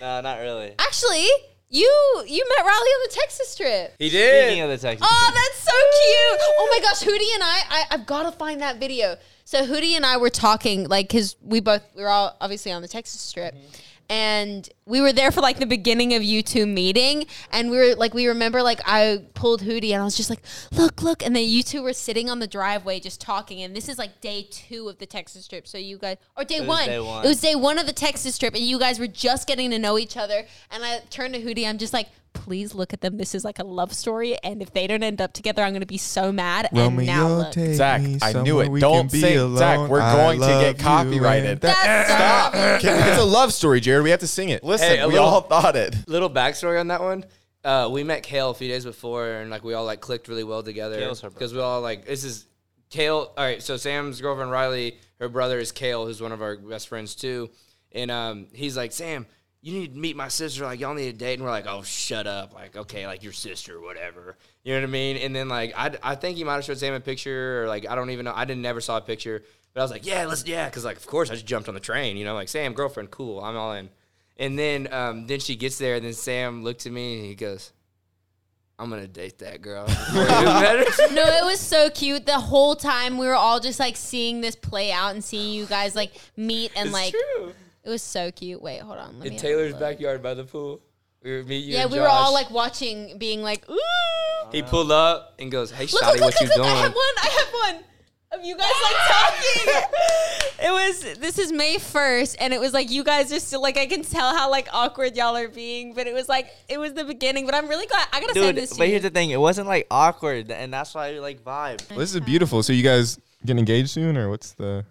Speaker 4: No, not really.
Speaker 2: Actually, you you met Riley on the Texas trip.
Speaker 3: He
Speaker 4: Speaking of
Speaker 3: did.
Speaker 4: the Texas,
Speaker 2: Oh, that's so cute. Oh my gosh, Hootie and I, I I've got to find that video. So Hootie and I were talking like cuz we both we were all obviously on the Texas strip.
Speaker 4: Mm-hmm.
Speaker 2: And we were there for like the beginning of you two meeting, and we were like, we remember like I pulled Hootie, and I was just like, look, look, and then you two were sitting on the driveway just talking, and this is like day two of the Texas strip, so you guys or day
Speaker 4: was
Speaker 2: one,
Speaker 4: day one.
Speaker 2: it was day one of the Texas strip, and you guys were just getting to know each other. And I turned to Hootie. I'm just like, please look at them. This is like a love story, and if they don't end up together, I'm gonna be so mad. and now look.
Speaker 5: Zach, I knew it. Don't sing. Zach, we're going to get copyrighted.
Speaker 3: Eh,
Speaker 2: That's so
Speaker 1: It's a love story, Jared. We have to sing it.
Speaker 5: Listen,
Speaker 3: Hey, a
Speaker 5: we
Speaker 3: little-
Speaker 5: all thought it.
Speaker 3: Little backstory on that one. uh, we met Kale a few days before, and like we all like clicked really well together
Speaker 4: Kale's her brother.
Speaker 3: because we all like this is Kale. All right, so Sam's girlfriend Riley, her brother is Kale, who's one of our best friends too, and um, he's like Sam. You need to meet my sister. Like y'all need a date, and we're like, "Oh, shut up!" Like, okay, like your sister, whatever. You know what I mean? And then like, I, I think he might have showed Sam a picture, or like, I don't even know. I didn't never saw a picture, but I was like, "Yeah, let's yeah," because like, of course, I just jumped on the train. You know, like Sam, girlfriend, cool. I'm all in. And then um, then she gets there, and then Sam looks at me and he goes, "I'm gonna date that girl." Before you met her.
Speaker 2: No, it was so cute. The whole time we were all just like seeing this play out and seeing you guys like meet and like
Speaker 3: True.
Speaker 2: it was so cute. Wait, hold on. Let
Speaker 3: In
Speaker 2: me
Speaker 3: Taylor's
Speaker 2: back.
Speaker 3: backyard by the pool, we were me, you,
Speaker 2: Yeah,
Speaker 3: and
Speaker 2: we were all
Speaker 3: Josh.
Speaker 2: like watching, being like, ooh.
Speaker 3: He pulled up and goes, "Hey,
Speaker 2: Look, look,
Speaker 3: Shotty,
Speaker 2: look,
Speaker 3: what you
Speaker 2: look, look, I
Speaker 3: doing?"
Speaker 2: have one. I have one of you guys like talking. It was this is May first, and it was like you guys are still like I can tell how like awkward y'all are being, but it was like it was the beginning. But I'm really glad I gotta send
Speaker 4: Dude,
Speaker 2: this to
Speaker 4: but
Speaker 2: you.
Speaker 4: here's the thing. It wasn't like awkward, and that's why we like vibe.
Speaker 1: Well, this is beautiful. So you guys getting engaged soon, or what's the?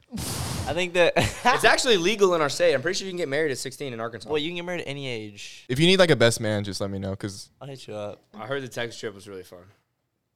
Speaker 4: I think that.
Speaker 3: It's actually legal in our state. I'm pretty sure you can get married at 16 in Arkansas.
Speaker 4: well, you can get married at any age.
Speaker 1: If you need like a best man, just let me know because
Speaker 4: I'll hit you up.
Speaker 3: I heard the Texas trip was really fun.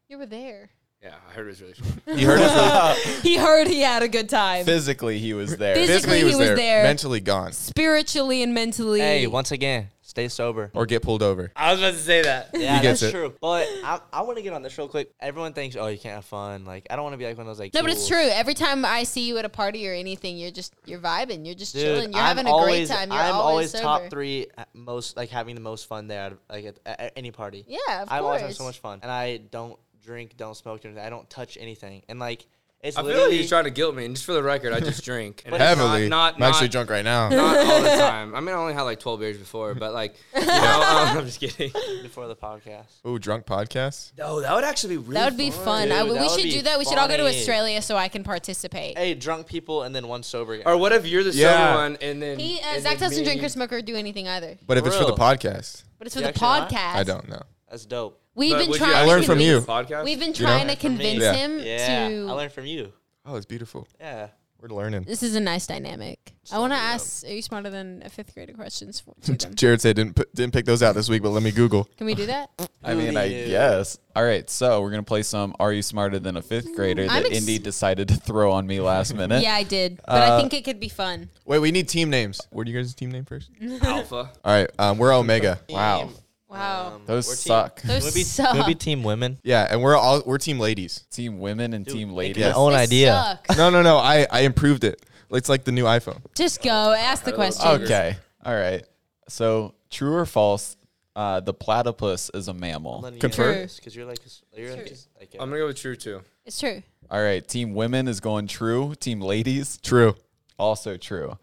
Speaker 2: you were there.
Speaker 3: Yeah, I heard it was really fun.
Speaker 1: he heard us.
Speaker 2: He heard he had a good time.
Speaker 5: Physically, he was there.
Speaker 2: Physically, he was there.
Speaker 1: mentally gone,
Speaker 2: Spiritually and mentally.
Speaker 4: Hey, once again, stay sober.
Speaker 1: or get pulled over.
Speaker 3: I was about to say that.
Speaker 4: Yeah,
Speaker 1: gets
Speaker 4: that's
Speaker 1: it.
Speaker 4: true. But I, I want to get on this real quick. Everyone thinks, oh, you can't have fun. Like, I don't want to be like one of those like.
Speaker 2: No, but it's
Speaker 4: fools.
Speaker 2: true. Every time I see you at a party or anything, you're just you're vibing. You're just
Speaker 4: Dude,
Speaker 2: chilling. You're
Speaker 4: I'm
Speaker 2: having a
Speaker 4: always,
Speaker 2: great time. You're
Speaker 4: I'm always,
Speaker 2: always, sober.
Speaker 4: top three at most like having the most fun there, at, like at, at- at any party.
Speaker 2: Yeah, of
Speaker 4: I've always had
Speaker 2: course.
Speaker 4: so much fun, and I don't drink, don't smoke, don't- I don't touch anything, and like it's
Speaker 3: I feel
Speaker 4: literally
Speaker 3: like he's trying to guilt me. And just for the record, I just drink and it's
Speaker 1: Heavily.
Speaker 3: Not,
Speaker 1: I'm
Speaker 3: not,
Speaker 1: actually
Speaker 3: not-
Speaker 1: drunk right now.
Speaker 3: Not all the time. I mean, I only had like 12 beers before, but like, you know, um, I'm just kidding.
Speaker 4: before the podcast.
Speaker 1: Oh, drunk podcast.
Speaker 3: No, that would actually be really
Speaker 2: That would be fun.
Speaker 4: Dude,
Speaker 2: I would-
Speaker 4: that
Speaker 2: we
Speaker 4: would
Speaker 2: should
Speaker 4: be
Speaker 2: do that. We should all go to
Speaker 4: funny.
Speaker 2: Australia so I can participate.
Speaker 4: Hey, drunk people, and then one sober. Guy.
Speaker 3: Or what if you're the
Speaker 1: Yeah.
Speaker 3: sober one and then
Speaker 2: He, uh,
Speaker 3: and
Speaker 2: Zach
Speaker 3: then
Speaker 2: doesn't
Speaker 3: me-
Speaker 2: drink or smoke or do anything either.
Speaker 1: But if it's for the
Speaker 4: Real.
Speaker 1: podcast,
Speaker 2: But it's for
Speaker 4: You
Speaker 2: the
Speaker 4: actually not?
Speaker 2: podcast.
Speaker 1: I don't know.
Speaker 4: That's dope.
Speaker 2: We've
Speaker 3: But
Speaker 2: been
Speaker 3: would you
Speaker 2: trying.
Speaker 1: I
Speaker 2: to
Speaker 1: learned from
Speaker 2: convince-
Speaker 1: you.
Speaker 3: Podcast?
Speaker 2: We've been
Speaker 1: You know?
Speaker 2: trying to
Speaker 4: From me.
Speaker 2: convince
Speaker 1: Yeah.
Speaker 2: him
Speaker 4: Yeah,
Speaker 2: to.
Speaker 4: I learned from you.
Speaker 1: Oh, it's beautiful.
Speaker 4: Yeah.
Speaker 1: We're learning.
Speaker 2: This is a nice dynamic. I want to ask: Are you smarter than a fifth grader? Questions for to them.
Speaker 1: Jared said didn't p- didn't pick those out this week, but let me Google.
Speaker 2: Can we do that?
Speaker 1: Eh?
Speaker 5: I mean, I
Speaker 4: Booty.
Speaker 5: guess. All right, so we're gonna play some "Are You Smarter Than a Fifth Grader"
Speaker 2: I'm
Speaker 5: that
Speaker 2: ex-
Speaker 5: Indy decided to throw on me last minute.
Speaker 2: yeah, I did, but
Speaker 1: Uh,
Speaker 2: I think it could be fun.
Speaker 1: Wait, we need team names. What do you guys' team name first?
Speaker 3: Alpha.
Speaker 1: All right, um, we're Omega.
Speaker 5: Wow,
Speaker 2: Mm-hmm. Wow,
Speaker 5: those
Speaker 4: We're team.
Speaker 5: suck.
Speaker 2: those
Speaker 4: Would be,
Speaker 2: suck.
Speaker 4: would be team women.
Speaker 1: Yeah, and we're all we're team ladies.
Speaker 5: Team women and team ladies.
Speaker 4: my own
Speaker 2: They
Speaker 4: idea.
Speaker 2: suck.
Speaker 1: No, no, no. I I improved it. It's like the new iPhone.
Speaker 2: Just go ask the question.
Speaker 5: Okay. All right. So, true or false? Uh, the platypus is a mammal.
Speaker 1: Confirm.
Speaker 4: Because you're like, you're like, like
Speaker 3: I'm gonna go with true too.
Speaker 2: It's true.
Speaker 5: All right. Team women is going true. Team ladies
Speaker 1: True.
Speaker 5: also true.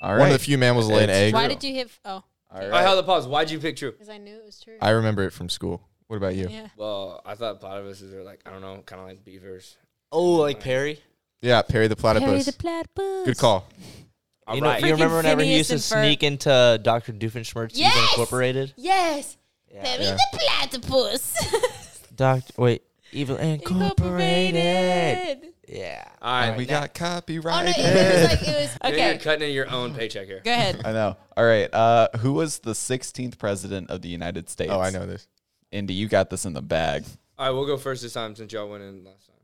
Speaker 5: All right.
Speaker 1: One of the few mammals that lay an
Speaker 5: It's
Speaker 1: egg.
Speaker 2: Why did you hit? f- Oh,
Speaker 5: All
Speaker 3: I
Speaker 5: right.
Speaker 3: held the pause. Why'd you pick true?
Speaker 2: because I knew it was true.
Speaker 1: I remember it from school. What about you?
Speaker 2: yeah.
Speaker 3: Well, I thought platypuses are like I don't know, kind of like beavers.
Speaker 4: oh, like Perry.
Speaker 1: Yeah, Perry the platypus.
Speaker 2: Harry the platypus.
Speaker 1: Good call.
Speaker 3: All
Speaker 4: You,
Speaker 3: right.
Speaker 4: know, you
Speaker 2: Freaking
Speaker 4: remember whenever he
Speaker 2: Phineas
Speaker 4: used to
Speaker 2: and Ferb.
Speaker 4: sneak into Dr. Doofenshmirtz yes!
Speaker 2: Yes!
Speaker 4: Incorporated?
Speaker 2: Yes. Harry
Speaker 1: Yeah.
Speaker 2: the platypus.
Speaker 4: Doctor, wait, Evil Incorporated.
Speaker 2: Incorporated.
Speaker 4: Yeah.
Speaker 3: All right.
Speaker 1: we got
Speaker 2: Oh no,
Speaker 1: copyrighted.
Speaker 2: it was like it was
Speaker 3: You're
Speaker 2: okay.
Speaker 3: cutting in your own paycheck here.
Speaker 2: Go ahead.
Speaker 5: I know. All right. Uh, who was the 16th president of the United States?
Speaker 1: oh, I know this.
Speaker 5: Indy, you got this in the bag.
Speaker 3: All right, we'll go first this time since y'all went in last time.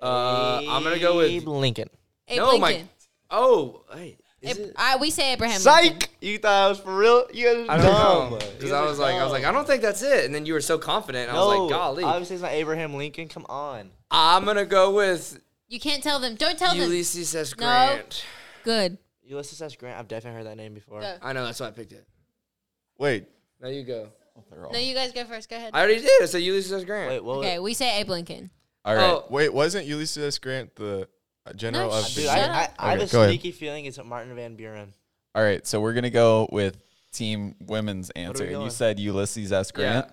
Speaker 3: Uh, I'm gonna go with
Speaker 4: Abe Lincoln.
Speaker 2: Abe
Speaker 3: no, my.
Speaker 2: Lincoln.
Speaker 3: Oh, wait.
Speaker 2: Ab-
Speaker 3: Is it?
Speaker 2: I, we say Abraham. Lincoln.
Speaker 4: You thought I was for real? You guys
Speaker 3: I don't know because I was like, I was like, I don't think that's it. And then you were so confident. and I was like, golly,
Speaker 4: Obviously, it's not Abraham Lincoln. Come on.
Speaker 3: I'm gonna go with
Speaker 2: You can't tell them. Don't tell them.
Speaker 3: Ulysses S. Grant.
Speaker 2: Good.
Speaker 4: Ulysses S. Grant. I've definitely heard that name before.
Speaker 2: Go.
Speaker 3: I know that's why I picked it.
Speaker 1: Wait,
Speaker 3: Now you go.
Speaker 5: Oh.
Speaker 2: No, you guys go first. Go ahead.
Speaker 3: I already did. I said Ulysses S. Grant.
Speaker 4: Wait, what? was-
Speaker 2: okay, we say Abe Lincoln.
Speaker 5: All right.
Speaker 3: Oh.
Speaker 1: wait, wasn't Ulysses S. Grant the uh, general
Speaker 2: No,
Speaker 1: of?
Speaker 2: sh-
Speaker 4: Dude,
Speaker 1: the-
Speaker 4: I,
Speaker 2: Shut
Speaker 4: I,
Speaker 2: up.
Speaker 4: I have a
Speaker 1: Okay, go ahead.
Speaker 4: sneaky feeling it's Martin Van Buren.
Speaker 5: All right. So, we're going to go with team women's answer. And you
Speaker 4: going?
Speaker 5: said Ulysses S. Grant.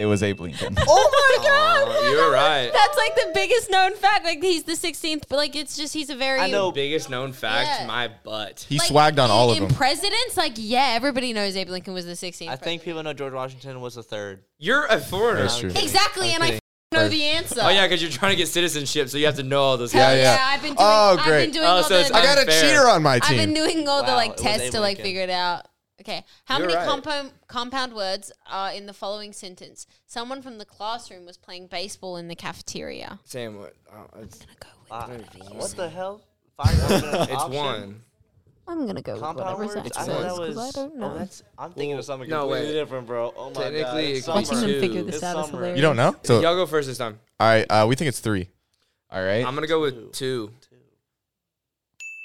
Speaker 5: It was Abe Lincoln.
Speaker 2: Oh my god.
Speaker 3: you were right.
Speaker 2: That's like the biggest known fact. Like he's the 16th, but like it's just he's a very
Speaker 4: I know.
Speaker 3: Biggest known fact,
Speaker 2: Yeah.
Speaker 3: my butt.
Speaker 1: he
Speaker 2: like,
Speaker 1: swagged on
Speaker 2: in-
Speaker 1: all of
Speaker 2: in
Speaker 1: them.
Speaker 2: presidents, like yeah, everybody knows Abe Lincoln was the 16th.
Speaker 4: I think people know George Washington was the third.
Speaker 3: You're a foreigner.
Speaker 1: That's true.
Speaker 2: president. exactly, and I f- know the answer.
Speaker 3: Oh yeah, because you're trying to get citizenship, so you have to know all those.
Speaker 2: Hell
Speaker 1: Yeah,
Speaker 2: yeah.
Speaker 1: yeah.
Speaker 2: I've been doing.
Speaker 1: Oh,
Speaker 2: I've
Speaker 1: great.
Speaker 2: been doing
Speaker 3: Oh,
Speaker 2: all
Speaker 3: so
Speaker 2: the.
Speaker 3: it's- I
Speaker 1: I got a
Speaker 3: Unfair.
Speaker 1: cheater on my
Speaker 2: I've been
Speaker 1: team.
Speaker 2: doing all the
Speaker 4: Wow,
Speaker 2: like
Speaker 4: it was
Speaker 2: tests
Speaker 4: Abe
Speaker 2: to like
Speaker 4: Lincoln.
Speaker 2: figure it out. Okay. How
Speaker 3: You're
Speaker 2: many
Speaker 3: right.
Speaker 2: compound compound words are in the following sentence? Someone from the classroom was playing baseball in the cafeteria.
Speaker 3: Sam, what? oh, it's,
Speaker 2: I'm gonna go with,
Speaker 4: Uh, What the hell? Five options.
Speaker 3: it's one.
Speaker 2: I'm gonna go with
Speaker 4: Compound
Speaker 2: whatever
Speaker 4: words.
Speaker 2: that
Speaker 4: I thought that
Speaker 2: says
Speaker 4: was.
Speaker 2: because I don't know.
Speaker 4: Oh, that's, I'm thinking
Speaker 3: Well,
Speaker 4: of something
Speaker 3: no,
Speaker 4: completely
Speaker 3: wait.
Speaker 4: different, bro. Oh my god.
Speaker 3: Technically, it
Speaker 4: it's
Speaker 3: could be
Speaker 4: summer.
Speaker 7: Watching them
Speaker 3: two.
Speaker 7: figure this
Speaker 4: It's
Speaker 7: out is
Speaker 4: summer.
Speaker 7: hilarious.
Speaker 1: You don't know? So
Speaker 3: Y'all go first this time.
Speaker 1: all right, uh, we think it's three.
Speaker 5: All right.
Speaker 3: I'm gonna go with two.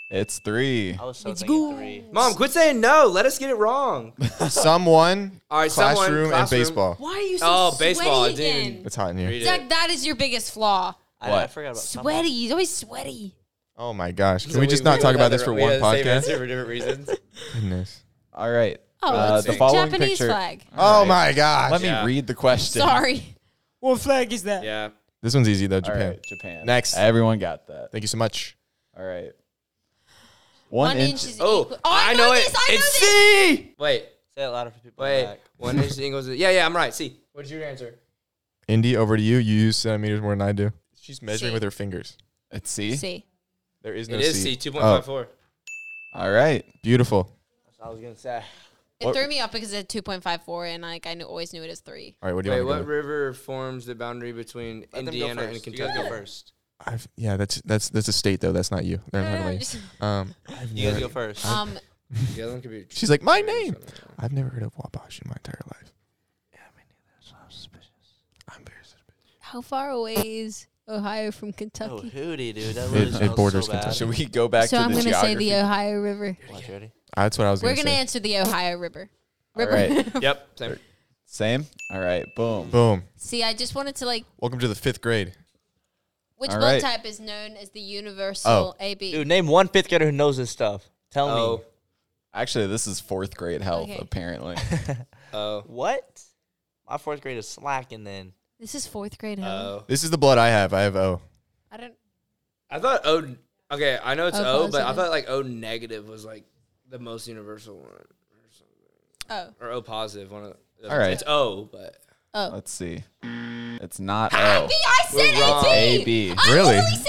Speaker 5: it's three.
Speaker 4: I was so
Speaker 7: It's
Speaker 4: thinking
Speaker 7: good.
Speaker 4: three.
Speaker 3: Mom, quit saying no. Let us get it wrong.
Speaker 1: Someone,
Speaker 3: All right, someone,
Speaker 1: classroom, and
Speaker 3: classroom.
Speaker 1: baseball.
Speaker 2: Why are you so
Speaker 3: Oh,
Speaker 2: sweaty
Speaker 3: baseball, dude.
Speaker 2: again?
Speaker 1: It's hot in here.
Speaker 3: Read
Speaker 2: Zach,
Speaker 3: it.
Speaker 2: that is your biggest flaw.
Speaker 4: I, I
Speaker 5: What?
Speaker 4: forgot about summer.
Speaker 2: Sweaty. He's always sweaty.
Speaker 1: Oh my gosh. Can
Speaker 3: So
Speaker 1: we just not talk
Speaker 3: had
Speaker 1: about
Speaker 3: the-
Speaker 1: this for
Speaker 3: we
Speaker 1: one
Speaker 3: had the same answer
Speaker 1: podcast?
Speaker 3: for different reasons.
Speaker 1: Goodness.
Speaker 5: All right.
Speaker 2: Oh,
Speaker 5: Uh,
Speaker 2: it's
Speaker 5: the
Speaker 2: a
Speaker 5: following
Speaker 2: Japanese
Speaker 5: picture-
Speaker 2: flag.
Speaker 1: Oh my gosh.
Speaker 5: Let
Speaker 3: Yeah.
Speaker 5: me read the question.
Speaker 2: Sorry.
Speaker 7: What flag is that?
Speaker 3: yeah.
Speaker 1: This one's easy though,
Speaker 5: All
Speaker 1: Japan.
Speaker 5: right, Japan.
Speaker 1: Next.
Speaker 5: Everyone got that.
Speaker 1: Thank you so much.
Speaker 5: All right.
Speaker 2: One,
Speaker 5: One,
Speaker 2: inch.
Speaker 5: inch.
Speaker 2: is
Speaker 3: Oh,
Speaker 2: equal.
Speaker 3: I, know, it.
Speaker 2: This, I know
Speaker 3: it's
Speaker 2: this.
Speaker 3: C. Wait,
Speaker 4: Say it louder for people. in
Speaker 3: wait.
Speaker 4: the back.
Speaker 3: One inch equals. Yeah, yeah. I'm right. C. What's your answer?
Speaker 1: Indy, over to you. You use centimeters more than I do. She's measuring
Speaker 2: See.
Speaker 1: with her fingers.
Speaker 5: It's C.
Speaker 2: See,
Speaker 1: There is no
Speaker 3: It is
Speaker 1: C.
Speaker 3: C. Two point five
Speaker 1: Oh,
Speaker 3: four.
Speaker 5: All right.
Speaker 1: beautiful.
Speaker 4: I was gonna say.
Speaker 2: it threw me off because it's two point five four, and like I knew, always knew it as three.
Speaker 1: All right, what do you
Speaker 3: Wait,
Speaker 1: want to
Speaker 3: what
Speaker 1: go? with?
Speaker 3: river forms the boundary between
Speaker 4: Let them go
Speaker 3: Indiana and
Speaker 4: first. You
Speaker 3: Kentucky?
Speaker 4: guys go first.
Speaker 1: I've, yeah, that's that's that's a state though. That's not you. They're
Speaker 2: No,
Speaker 1: not
Speaker 2: no,
Speaker 1: gonna
Speaker 2: no,
Speaker 1: let
Speaker 2: just-
Speaker 1: you. Um,
Speaker 4: You guys go first.
Speaker 2: Um,
Speaker 3: The other one could be.
Speaker 1: she's like my name. I've never heard of Wabash in my entire life. Yeah, me neither. suspicious.
Speaker 2: how far away is Ohio from
Speaker 4: Oh,
Speaker 2: Kentucky?
Speaker 4: hootie, dude. That
Speaker 1: It-
Speaker 4: literally
Speaker 1: it
Speaker 4: smells
Speaker 1: borders
Speaker 4: so bad.
Speaker 1: Kentucky.
Speaker 5: Should we go back
Speaker 2: so
Speaker 5: to
Speaker 2: I'm
Speaker 5: the
Speaker 2: gonna say
Speaker 5: geography?
Speaker 2: the uh, Ohio River.
Speaker 4: Watch, ready?
Speaker 1: I'm That's what I was.
Speaker 2: We're gonna
Speaker 1: say.
Speaker 2: answer the Ohio River.
Speaker 5: All
Speaker 2: River.
Speaker 5: right.
Speaker 3: Yep. Same.
Speaker 5: Same. All right. Boom.
Speaker 1: Boom.
Speaker 2: See, I just wanted to like,
Speaker 1: Welcome to the fifth grade.
Speaker 2: which
Speaker 5: All
Speaker 2: blood
Speaker 5: right.
Speaker 2: type is known as the universal AB?
Speaker 4: Dude, name one fifth grader who knows this stuff. Tell
Speaker 3: Oh,
Speaker 4: me.
Speaker 5: Actually, this is fourth grade health.
Speaker 2: Okay.
Speaker 5: Apparently.
Speaker 3: oh,
Speaker 4: What? My fourth grade is slacking then.
Speaker 2: This is fourth grade. Helen.
Speaker 3: oh.
Speaker 1: This is the blood I have. I have O.
Speaker 2: I don't.
Speaker 3: I thought O. Okay, I know it's
Speaker 2: Oh,
Speaker 3: O,
Speaker 2: close,
Speaker 3: but I
Speaker 2: okay.
Speaker 3: thought like O negative was like the most universal one,
Speaker 2: Oh,
Speaker 3: or O positive. One of. The,
Speaker 5: All right.
Speaker 3: It's O, but
Speaker 2: oh.
Speaker 5: Let's see. It's not
Speaker 2: AB.
Speaker 5: O.
Speaker 2: I said
Speaker 3: We're wrong.
Speaker 2: AB.
Speaker 5: AB.
Speaker 2: I
Speaker 1: Really?
Speaker 2: literally said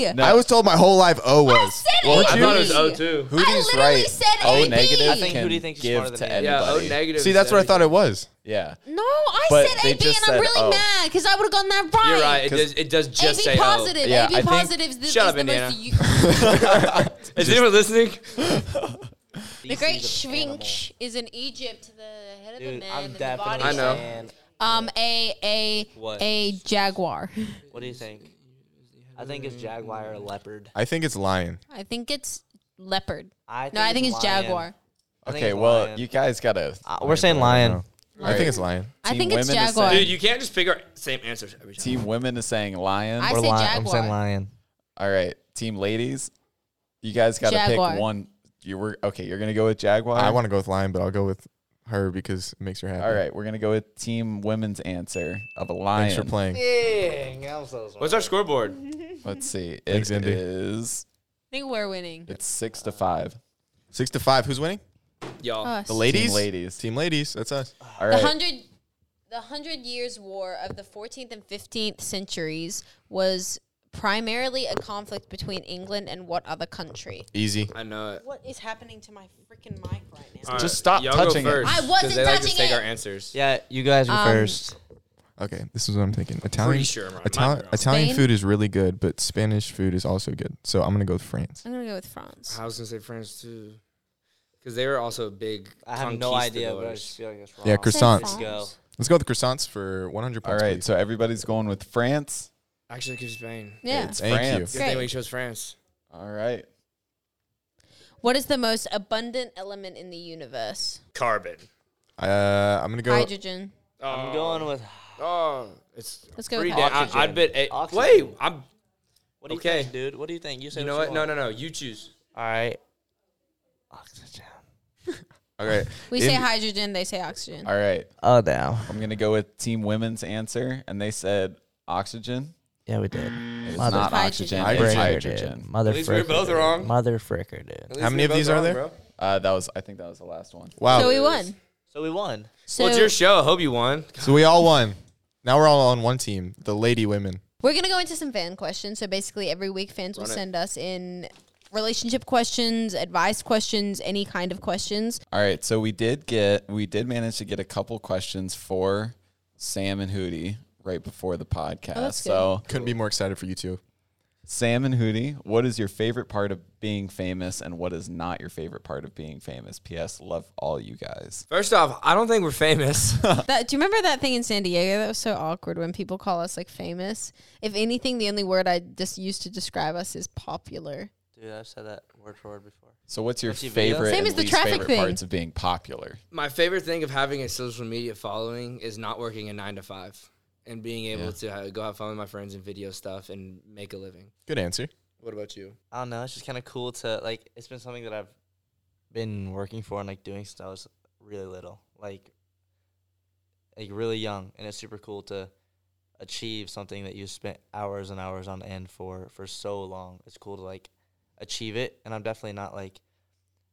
Speaker 2: AB.
Speaker 5: No.
Speaker 1: I was told my whole life
Speaker 5: Oh,
Speaker 1: O was.
Speaker 2: said
Speaker 1: Weren't
Speaker 3: I
Speaker 2: AB.
Speaker 1: you?
Speaker 3: thought it was O too.
Speaker 5: Hootie's
Speaker 2: literally
Speaker 5: right.
Speaker 2: said
Speaker 5: o
Speaker 2: AB.
Speaker 5: negative
Speaker 2: I think
Speaker 5: can
Speaker 4: Hootie thinks she's
Speaker 5: give
Speaker 4: smarter
Speaker 5: to
Speaker 4: than
Speaker 3: Yeah, O
Speaker 5: anybody.
Speaker 3: negative.
Speaker 1: See,
Speaker 3: is
Speaker 1: that's what I
Speaker 3: everything.
Speaker 1: thought it was.
Speaker 5: Yeah.
Speaker 2: No, I
Speaker 5: But
Speaker 2: said
Speaker 5: they
Speaker 2: AB,
Speaker 5: just
Speaker 2: and I'm
Speaker 5: said
Speaker 2: really
Speaker 5: O.
Speaker 2: mad because I would have gotten that right.
Speaker 3: You're right. It
Speaker 1: 'Cause
Speaker 3: does. It does just
Speaker 2: AB
Speaker 3: say
Speaker 2: positive.
Speaker 5: Yeah, I
Speaker 2: AB
Speaker 5: think-
Speaker 2: positive is the,
Speaker 3: Shut
Speaker 2: is
Speaker 3: up,
Speaker 2: the
Speaker 3: Indiana.
Speaker 2: most. u-
Speaker 3: O. Is anyone listening?
Speaker 2: the Great Sphinx is in Egypt. The head of the
Speaker 4: Dude,
Speaker 2: man.
Speaker 4: I'm
Speaker 2: and the
Speaker 4: definitely
Speaker 2: body
Speaker 3: I know.
Speaker 4: saying-
Speaker 2: Um, a a
Speaker 4: What?
Speaker 2: a jaguar.
Speaker 4: What do you think? I think it's jaguar or leopard.
Speaker 1: I think it's lion.
Speaker 2: I think it's leopard.
Speaker 4: I think
Speaker 2: No, I think it's
Speaker 4: lion.
Speaker 2: jaguar.
Speaker 4: I think
Speaker 5: Okay.
Speaker 4: it's
Speaker 5: Well,
Speaker 4: lion.
Speaker 5: you guys gotta.
Speaker 4: Uh, we're saying lion.
Speaker 1: I think it's lion.
Speaker 2: I
Speaker 5: Team
Speaker 2: think it's
Speaker 5: women is
Speaker 2: jaguar.
Speaker 3: Dude, you can't just figure out same answers every time.
Speaker 5: Team women is saying lion.
Speaker 2: I
Speaker 4: Or
Speaker 2: say
Speaker 4: lion. I'm
Speaker 2: jaguar.
Speaker 4: saying lion.
Speaker 5: All right, team ladies, you guys got to pick
Speaker 2: Jaguar.
Speaker 5: one. You were okay. You're gonna go with Jaguar.
Speaker 1: I want to go with lion, but I'll go with her because it makes her happy.
Speaker 5: All right, we're gonna go with team women's answer of a lion.
Speaker 1: Thanks for playing.
Speaker 4: Dang, I'm so sorry.
Speaker 3: What's our scoreboard?
Speaker 5: Let's see.
Speaker 1: Thanks,
Speaker 5: It
Speaker 1: Indy.
Speaker 5: is.
Speaker 2: I think we're winning.
Speaker 5: It's six to five.
Speaker 1: Six to five. Who's winning?
Speaker 3: Y'all.
Speaker 2: Us.
Speaker 1: The ladies.
Speaker 5: Team ladies.
Speaker 1: Team ladies. That's us.
Speaker 5: All
Speaker 2: Oh, The
Speaker 5: right.
Speaker 2: hundred, the hundred years war of the 14th and 15th centuries was primarily a conflict between England and what other country?
Speaker 1: Easy.
Speaker 3: I know it.
Speaker 2: What is happening to my freaking mic right now?
Speaker 3: All
Speaker 5: stop
Speaker 3: y'all go
Speaker 5: touching it.
Speaker 3: first,
Speaker 2: I
Speaker 3: 'cause
Speaker 2: wasn't
Speaker 3: they like to
Speaker 2: touching
Speaker 3: take
Speaker 2: it.
Speaker 3: our answers.
Speaker 4: Yeah, you guys go
Speaker 2: Um,
Speaker 4: first.
Speaker 1: Okay, this is what I'm thinking. Italian.
Speaker 3: sure I'm right. Might be
Speaker 1: Italian,
Speaker 3: wrong.
Speaker 1: Italian
Speaker 2: Spain?
Speaker 1: food is really good, but Spanish food is also good. So I'm gonna go with France.
Speaker 2: I'm gonna go with France.
Speaker 3: I was gonna say France too, because they were also big.
Speaker 4: I have no idea, but I
Speaker 3: conquistadors.
Speaker 4: just feel like it's wrong.
Speaker 1: Yeah, croissants.
Speaker 4: Let's go.
Speaker 1: Let's go with the croissants for 100
Speaker 5: All
Speaker 1: points.
Speaker 5: right.
Speaker 1: please.
Speaker 5: So everybody's going with France.
Speaker 3: Actually, it could be Spain.
Speaker 2: Yeah.
Speaker 5: It's
Speaker 1: Thank you.
Speaker 5: France.
Speaker 3: Good
Speaker 2: Great.
Speaker 3: thing we chose France.
Speaker 5: All right.
Speaker 2: What is the most abundant element in the universe?
Speaker 3: Carbon.
Speaker 1: Uh, I'm gonna go.
Speaker 2: Hydrogen.
Speaker 3: Oh,
Speaker 4: I'm going with.
Speaker 3: Oh, it's.
Speaker 2: Let's go
Speaker 3: free
Speaker 2: with
Speaker 3: day.
Speaker 2: oxygen.
Speaker 3: I, I'd bet. Eight.
Speaker 4: Oxygen.
Speaker 3: Wait, I'm.
Speaker 4: What do you
Speaker 3: Okay.
Speaker 4: think, dude? What do you think? You say
Speaker 3: You know
Speaker 4: what
Speaker 3: what? No, no, no. You choose.
Speaker 4: All right. Oxygen.
Speaker 1: Okay.
Speaker 2: We
Speaker 1: In-
Speaker 2: say hydrogen, they say oxygen.
Speaker 5: All right.
Speaker 4: Oh, damn.
Speaker 5: I'm gonna go with team women's answer, and they said oxygen.
Speaker 4: Yeah, we did.
Speaker 5: It's
Speaker 4: Mother
Speaker 5: not
Speaker 2: Hydrogen.
Speaker 5: oxygen.
Speaker 1: Hydrogen.
Speaker 5: It's
Speaker 1: Hydrogen.
Speaker 5: hydrogen.
Speaker 4: Mother
Speaker 3: At least we were both wrong.
Speaker 4: Mother fricker, dude.
Speaker 1: How many of these are there?
Speaker 5: Uh, that was. I think that was the last one.
Speaker 1: Wow.
Speaker 2: so
Speaker 1: So
Speaker 2: we won.
Speaker 4: So we won.
Speaker 2: So
Speaker 3: Well, it's your show. I hope you won.
Speaker 1: we, all won. Now we're all on one team. The lady women.
Speaker 2: We're gonna go into some fan questions. So basically, every week fans will
Speaker 3: Run it.
Speaker 2: send us in relationship questions, advice questions, any kind of questions.
Speaker 5: All right, so we did get we did manage to get a couple questions for Sam and Hootie right before the podcast.
Speaker 2: Oh, that's good.
Speaker 5: so
Speaker 1: Couldn't be more excited for you two.
Speaker 5: Sam and Hootie, what is your favorite part of being famous, and what is not your favorite part of being famous? P.S. Love all you guys.
Speaker 3: First off, I don't think we're famous.
Speaker 2: That, do you remember that thing in San Diego that was so awkward when people call us like famous? If anything, the only word I just used to describe us is popular.
Speaker 4: Dude, I've said that word for word before.
Speaker 5: So, what's your
Speaker 4: Actually, Vito?
Speaker 5: favorite
Speaker 2: Same
Speaker 5: and
Speaker 2: as the
Speaker 5: least
Speaker 2: traffic
Speaker 5: favorite
Speaker 2: thing.
Speaker 5: parts of being popular?
Speaker 3: My favorite thing of having a social media following is not working a nine to five and being able to uh, go have fun with my friends and video stuff and make a living.
Speaker 1: Good answer.
Speaker 3: What about you?
Speaker 4: I don't know. It's just kind of cool to like. It's been something that I've been working for and like doing since I was really little, like like really young, and it's super cool to achieve something that you spent hours and hours on end for for so long. It's cool to like achieve it, and I'm definitely not like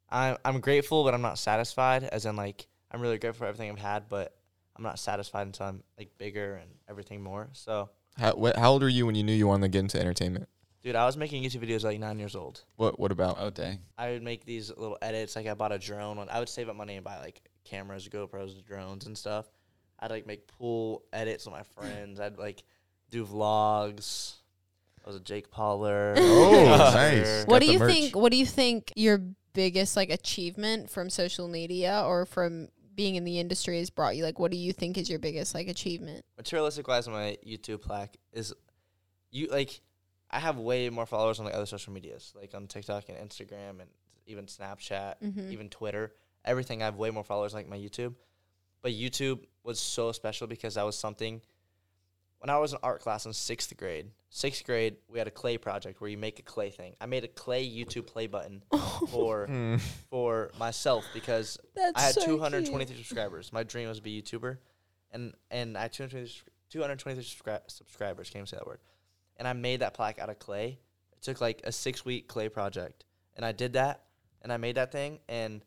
Speaker 4: I'm I'm grateful, but I'm not satisfied. As in, like I'm really grateful for everything I've had, but I'm not satisfied until I'm like bigger and everything more. So,
Speaker 1: How, wh- how old were you when you knew you wanted to get into entertainment?
Speaker 4: dude, I was making YouTube videos at, like nine years old.
Speaker 1: What What about?
Speaker 5: Oh, dang.
Speaker 4: I would make these little edits. Like I bought a drone. and I would save up money and buy like cameras, GoPros, drones, and stuff. I'd like make pool edits with my friends. I'd like do vlogs. I was a Jake Pauler.
Speaker 1: Oh,
Speaker 4: Sure.
Speaker 1: nice. Got
Speaker 2: what do
Speaker 1: the
Speaker 2: you
Speaker 1: merch.
Speaker 2: think? What do you think your biggest like achievement from social media or from being in the industry has brought you? Like, what do you think is your biggest like achievement?
Speaker 4: Materialistic wise, my YouTube plaque is you like. I have way more followers on like other social medias, like on TikTok and Instagram and even Snapchat, even Twitter. Everything I have way more followers than, like my YouTube. But YouTube was so special because that was something when I was in art class in sixth grade, sixth grade, we had a clay project where you make a clay thing. I made a clay YouTube play button
Speaker 1: Hmm.
Speaker 4: for for myself because
Speaker 2: That's
Speaker 4: I had
Speaker 2: so
Speaker 4: 223 subscribers. My dream was to be a YouTuber, and and I had 223, 223 subscri- subscribers. Can't even say that word. And I made that plaque out of clay. It took like a six week clay project, and I did that, and I made that thing, and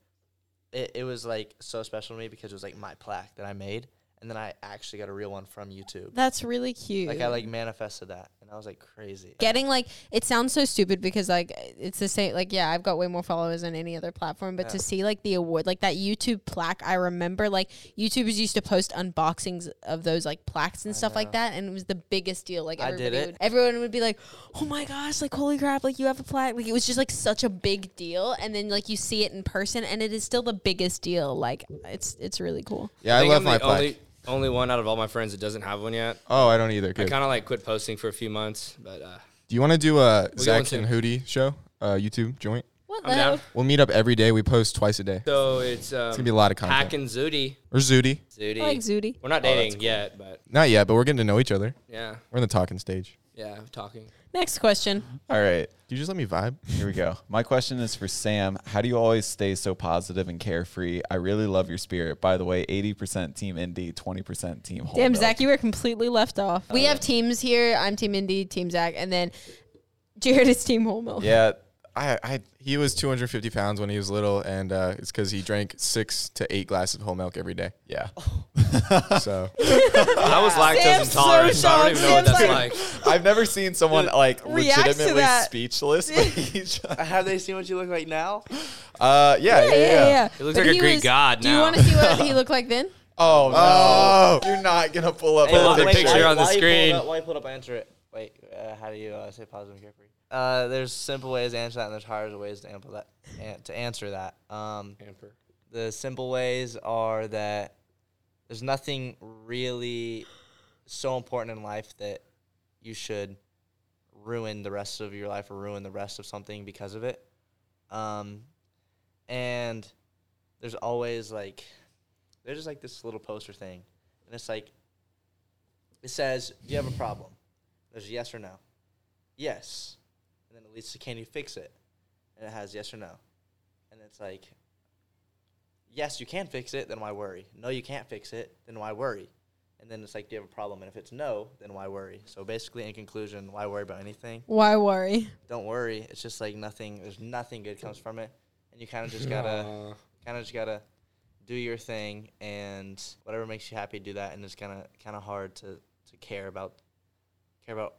Speaker 4: it, it was like so special to me because it was like my plaque that I made, and then I actually got a real one from YouTube.
Speaker 2: That's really cute.
Speaker 4: Like I like manifested that, and I was like crazy.
Speaker 2: getting like it sounds so stupid because like it's the same like yeah i've got way more followers than any other platform but to see like the award like that youtube plaque i remember like youtubers used to post unboxings of those like plaques and stuff like that and it was the biggest deal like
Speaker 4: I
Speaker 2: everybody
Speaker 4: did it.
Speaker 2: Would, everyone would be like oh my gosh like holy crap like you have a plaque like it was just like such a big deal and then like you see it in person and it is still the biggest deal like it's it's really cool
Speaker 1: Yeah, I,
Speaker 3: think
Speaker 1: love
Speaker 3: I'm
Speaker 1: my
Speaker 3: the
Speaker 1: plaque.
Speaker 3: Only, only one out of all my friends that doesn't have one yet.
Speaker 1: oh, I don't either.
Speaker 3: I
Speaker 1: Good.
Speaker 3: kind of like quit posting for a few months, but uh,
Speaker 1: do you want to do a
Speaker 3: going
Speaker 1: Zach
Speaker 3: to-
Speaker 1: and Hootie show? Uh, YouTube joint.
Speaker 2: what
Speaker 3: I'm down.
Speaker 1: We'll meet up every day. We post twice a day.
Speaker 3: So it's, um,
Speaker 1: gonna be a lot of content. Oh,
Speaker 3: Hack and Zooty.
Speaker 1: Or Zooty.
Speaker 3: Zooty.
Speaker 2: I like Zooty.
Speaker 3: We're not dating yet, but
Speaker 1: Not yet, but we're getting to know each other.
Speaker 3: yeah,
Speaker 1: We're in the talking stage.
Speaker 3: yeah, talking.
Speaker 2: next question
Speaker 5: All right,
Speaker 1: Do you just let me vibe?
Speaker 5: here we go. My question is for Sam. How do you always stay so positive and carefree? I really love your spirit. By the way, 80% Team Indy, 20% Team Home.
Speaker 2: Damn, Zach, you were completely left off. We have teams here. I'm Team Indy, Team Zach, and then Jared is Team Whole Milk.
Speaker 5: Yeah,
Speaker 1: I, I he was 250 pounds when he was little, and uh, it's because he drank six to eight glasses of whole milk every day.
Speaker 5: yeah.
Speaker 1: So
Speaker 3: I was lactose
Speaker 2: Sam's so
Speaker 3: intolerant, so I don't
Speaker 2: shocked.
Speaker 3: even know what that's
Speaker 2: Sam's
Speaker 3: like.
Speaker 5: I've never seen someone like
Speaker 2: reacts to
Speaker 5: legitimately
Speaker 2: that.
Speaker 5: speechless. But he's just-
Speaker 4: Have they seen what you look like now?
Speaker 5: uh, yeah, yeah, yeah,
Speaker 2: He
Speaker 3: looks like a Greek god
Speaker 2: Do you
Speaker 3: now.
Speaker 2: want to see what he looked like then?
Speaker 5: Oh no, you're not gonna pull up.
Speaker 4: Hey,
Speaker 5: that
Speaker 3: love the
Speaker 4: wait,
Speaker 3: picture
Speaker 4: why-
Speaker 3: on the
Speaker 4: why you pull it
Speaker 3: screen.
Speaker 4: up- Why you pulled up? I answer it. Wait, uh, how do you uh, say positive and carefree? Uh, there's simple ways to answer that, and there's harder ways to ample that an- to answer that. Um, the simple ways are that there's nothing really so important in life that you should ruin the rest of your life or ruin the rest of something because of it. Um, and there's always like there's just like this little poster thing, and it's like it says, "Do you have a problem?" There's yes or no. Yes, and then it leads to, "Can you fix it?" And it has yes or no, and it's like, yes, you can fix it, then why worry? No, you can't fix it, then why worry? And then it's like, do you have a problem? And if it's no, then why worry? So basically, in conclusion, why worry about anything?
Speaker 2: Why worry?
Speaker 4: Don't worry. It's just like nothing. There's nothing good comes from it, and you kind of just gotta, kind of just gotta do your thing, and whatever makes you happy, do that. And it's kind of kind of hard to to care about care about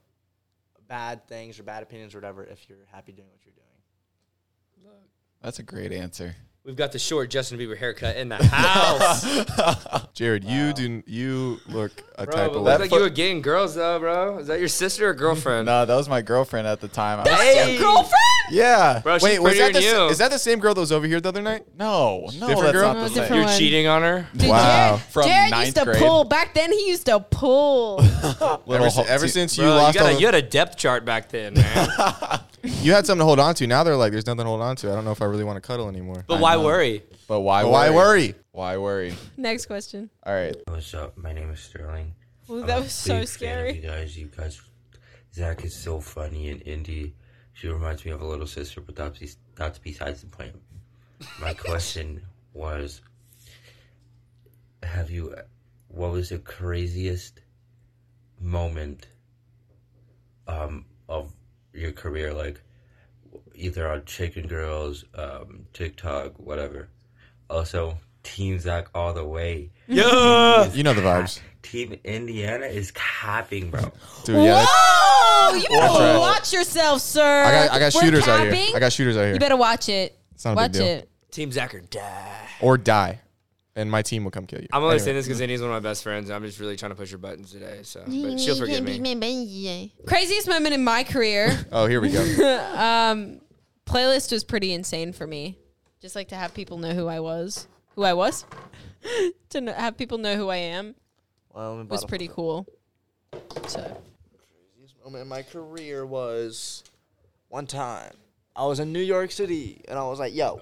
Speaker 4: bad things or bad opinions or whatever if you're happy doing what you're doing.
Speaker 5: That's a great answer.
Speaker 3: We've got the short Justin Bieber haircut in the house.
Speaker 1: Jared, you do you look a
Speaker 3: bro,
Speaker 1: type
Speaker 3: it
Speaker 1: of
Speaker 3: looks
Speaker 1: lady.
Speaker 3: Oh, like you were getting girls though, bro. Is that your sister or girlfriend?
Speaker 5: No, that was my girlfriend at the time. I was-
Speaker 3: Hey,
Speaker 2: Girlfriend?
Speaker 5: yeah.
Speaker 3: bro, she's
Speaker 1: Wait, was
Speaker 3: prettier
Speaker 1: that the,
Speaker 3: than you.
Speaker 1: s- is that the same girl that was over here the other night?
Speaker 5: No, no,
Speaker 1: Different
Speaker 5: that's
Speaker 1: girl?
Speaker 5: not
Speaker 1: No,
Speaker 5: the same.
Speaker 2: different
Speaker 3: You're cheating on her?
Speaker 2: Dude,
Speaker 1: Wow.
Speaker 2: Jared,
Speaker 5: From
Speaker 2: Jared
Speaker 5: ninth
Speaker 2: used to
Speaker 5: grade.
Speaker 2: pull. Back then, he used to pull.
Speaker 5: Little
Speaker 1: ever, si-
Speaker 5: ho-
Speaker 1: ever
Speaker 5: t-
Speaker 1: since you
Speaker 3: Bro,
Speaker 1: lost
Speaker 3: you, got
Speaker 1: all
Speaker 3: a,
Speaker 1: of-
Speaker 3: you had a depth chart back then, man.
Speaker 1: you had something to hold on to. Now they're like, there's nothing to hold on to. I don't know if I really want to cuddle anymore.
Speaker 3: But why worry?
Speaker 5: But why?
Speaker 1: But why worry?
Speaker 5: Why worry?
Speaker 2: Next question.
Speaker 5: All right.
Speaker 7: What's up? My name is Sterling.
Speaker 2: Ooh,
Speaker 7: I'm
Speaker 2: that
Speaker 7: a
Speaker 2: was so
Speaker 7: big fan of
Speaker 2: scary.
Speaker 7: You guys, you guys, Zach is so funny and Indy. She reminds me of a little sister, but that's, bes- that's besides the point. My question was Have you, what was the craziest moment um, of your career? Like either on Chicken Girls, um, TikTok, whatever. Also, Team Zach all the way.
Speaker 3: Yeah.
Speaker 1: You know the vibes.
Speaker 7: Team Indiana is capping, bro.
Speaker 1: Dude, yeah. that's-
Speaker 2: Whoa! Oh, You better
Speaker 1: right.
Speaker 2: watch yourself, sir.
Speaker 1: I got I got
Speaker 2: We're
Speaker 1: shooters out
Speaker 2: capping.
Speaker 1: here. I got shooters out
Speaker 2: You
Speaker 1: here.
Speaker 2: better watch it.
Speaker 1: not a big
Speaker 2: watch
Speaker 1: deal.
Speaker 2: it.
Speaker 3: Team Zach or die.
Speaker 1: Or die. And my team will come kill you.
Speaker 3: I'm only
Speaker 1: Anyway.
Speaker 3: saying this because Indy's one of my best friends. and I'm just really trying to push her buttons today, so but she'll forgive me.
Speaker 2: Craziest moment in my career.
Speaker 1: Oh, here we go.
Speaker 2: Playlist was pretty insane for me. Just like to have people know who I was, who I was, to know, have people know who I am
Speaker 4: Well, let me
Speaker 2: was
Speaker 4: bottle-
Speaker 2: pretty cool. So
Speaker 4: moment in my career was one time I was in New York City and I was like, yo,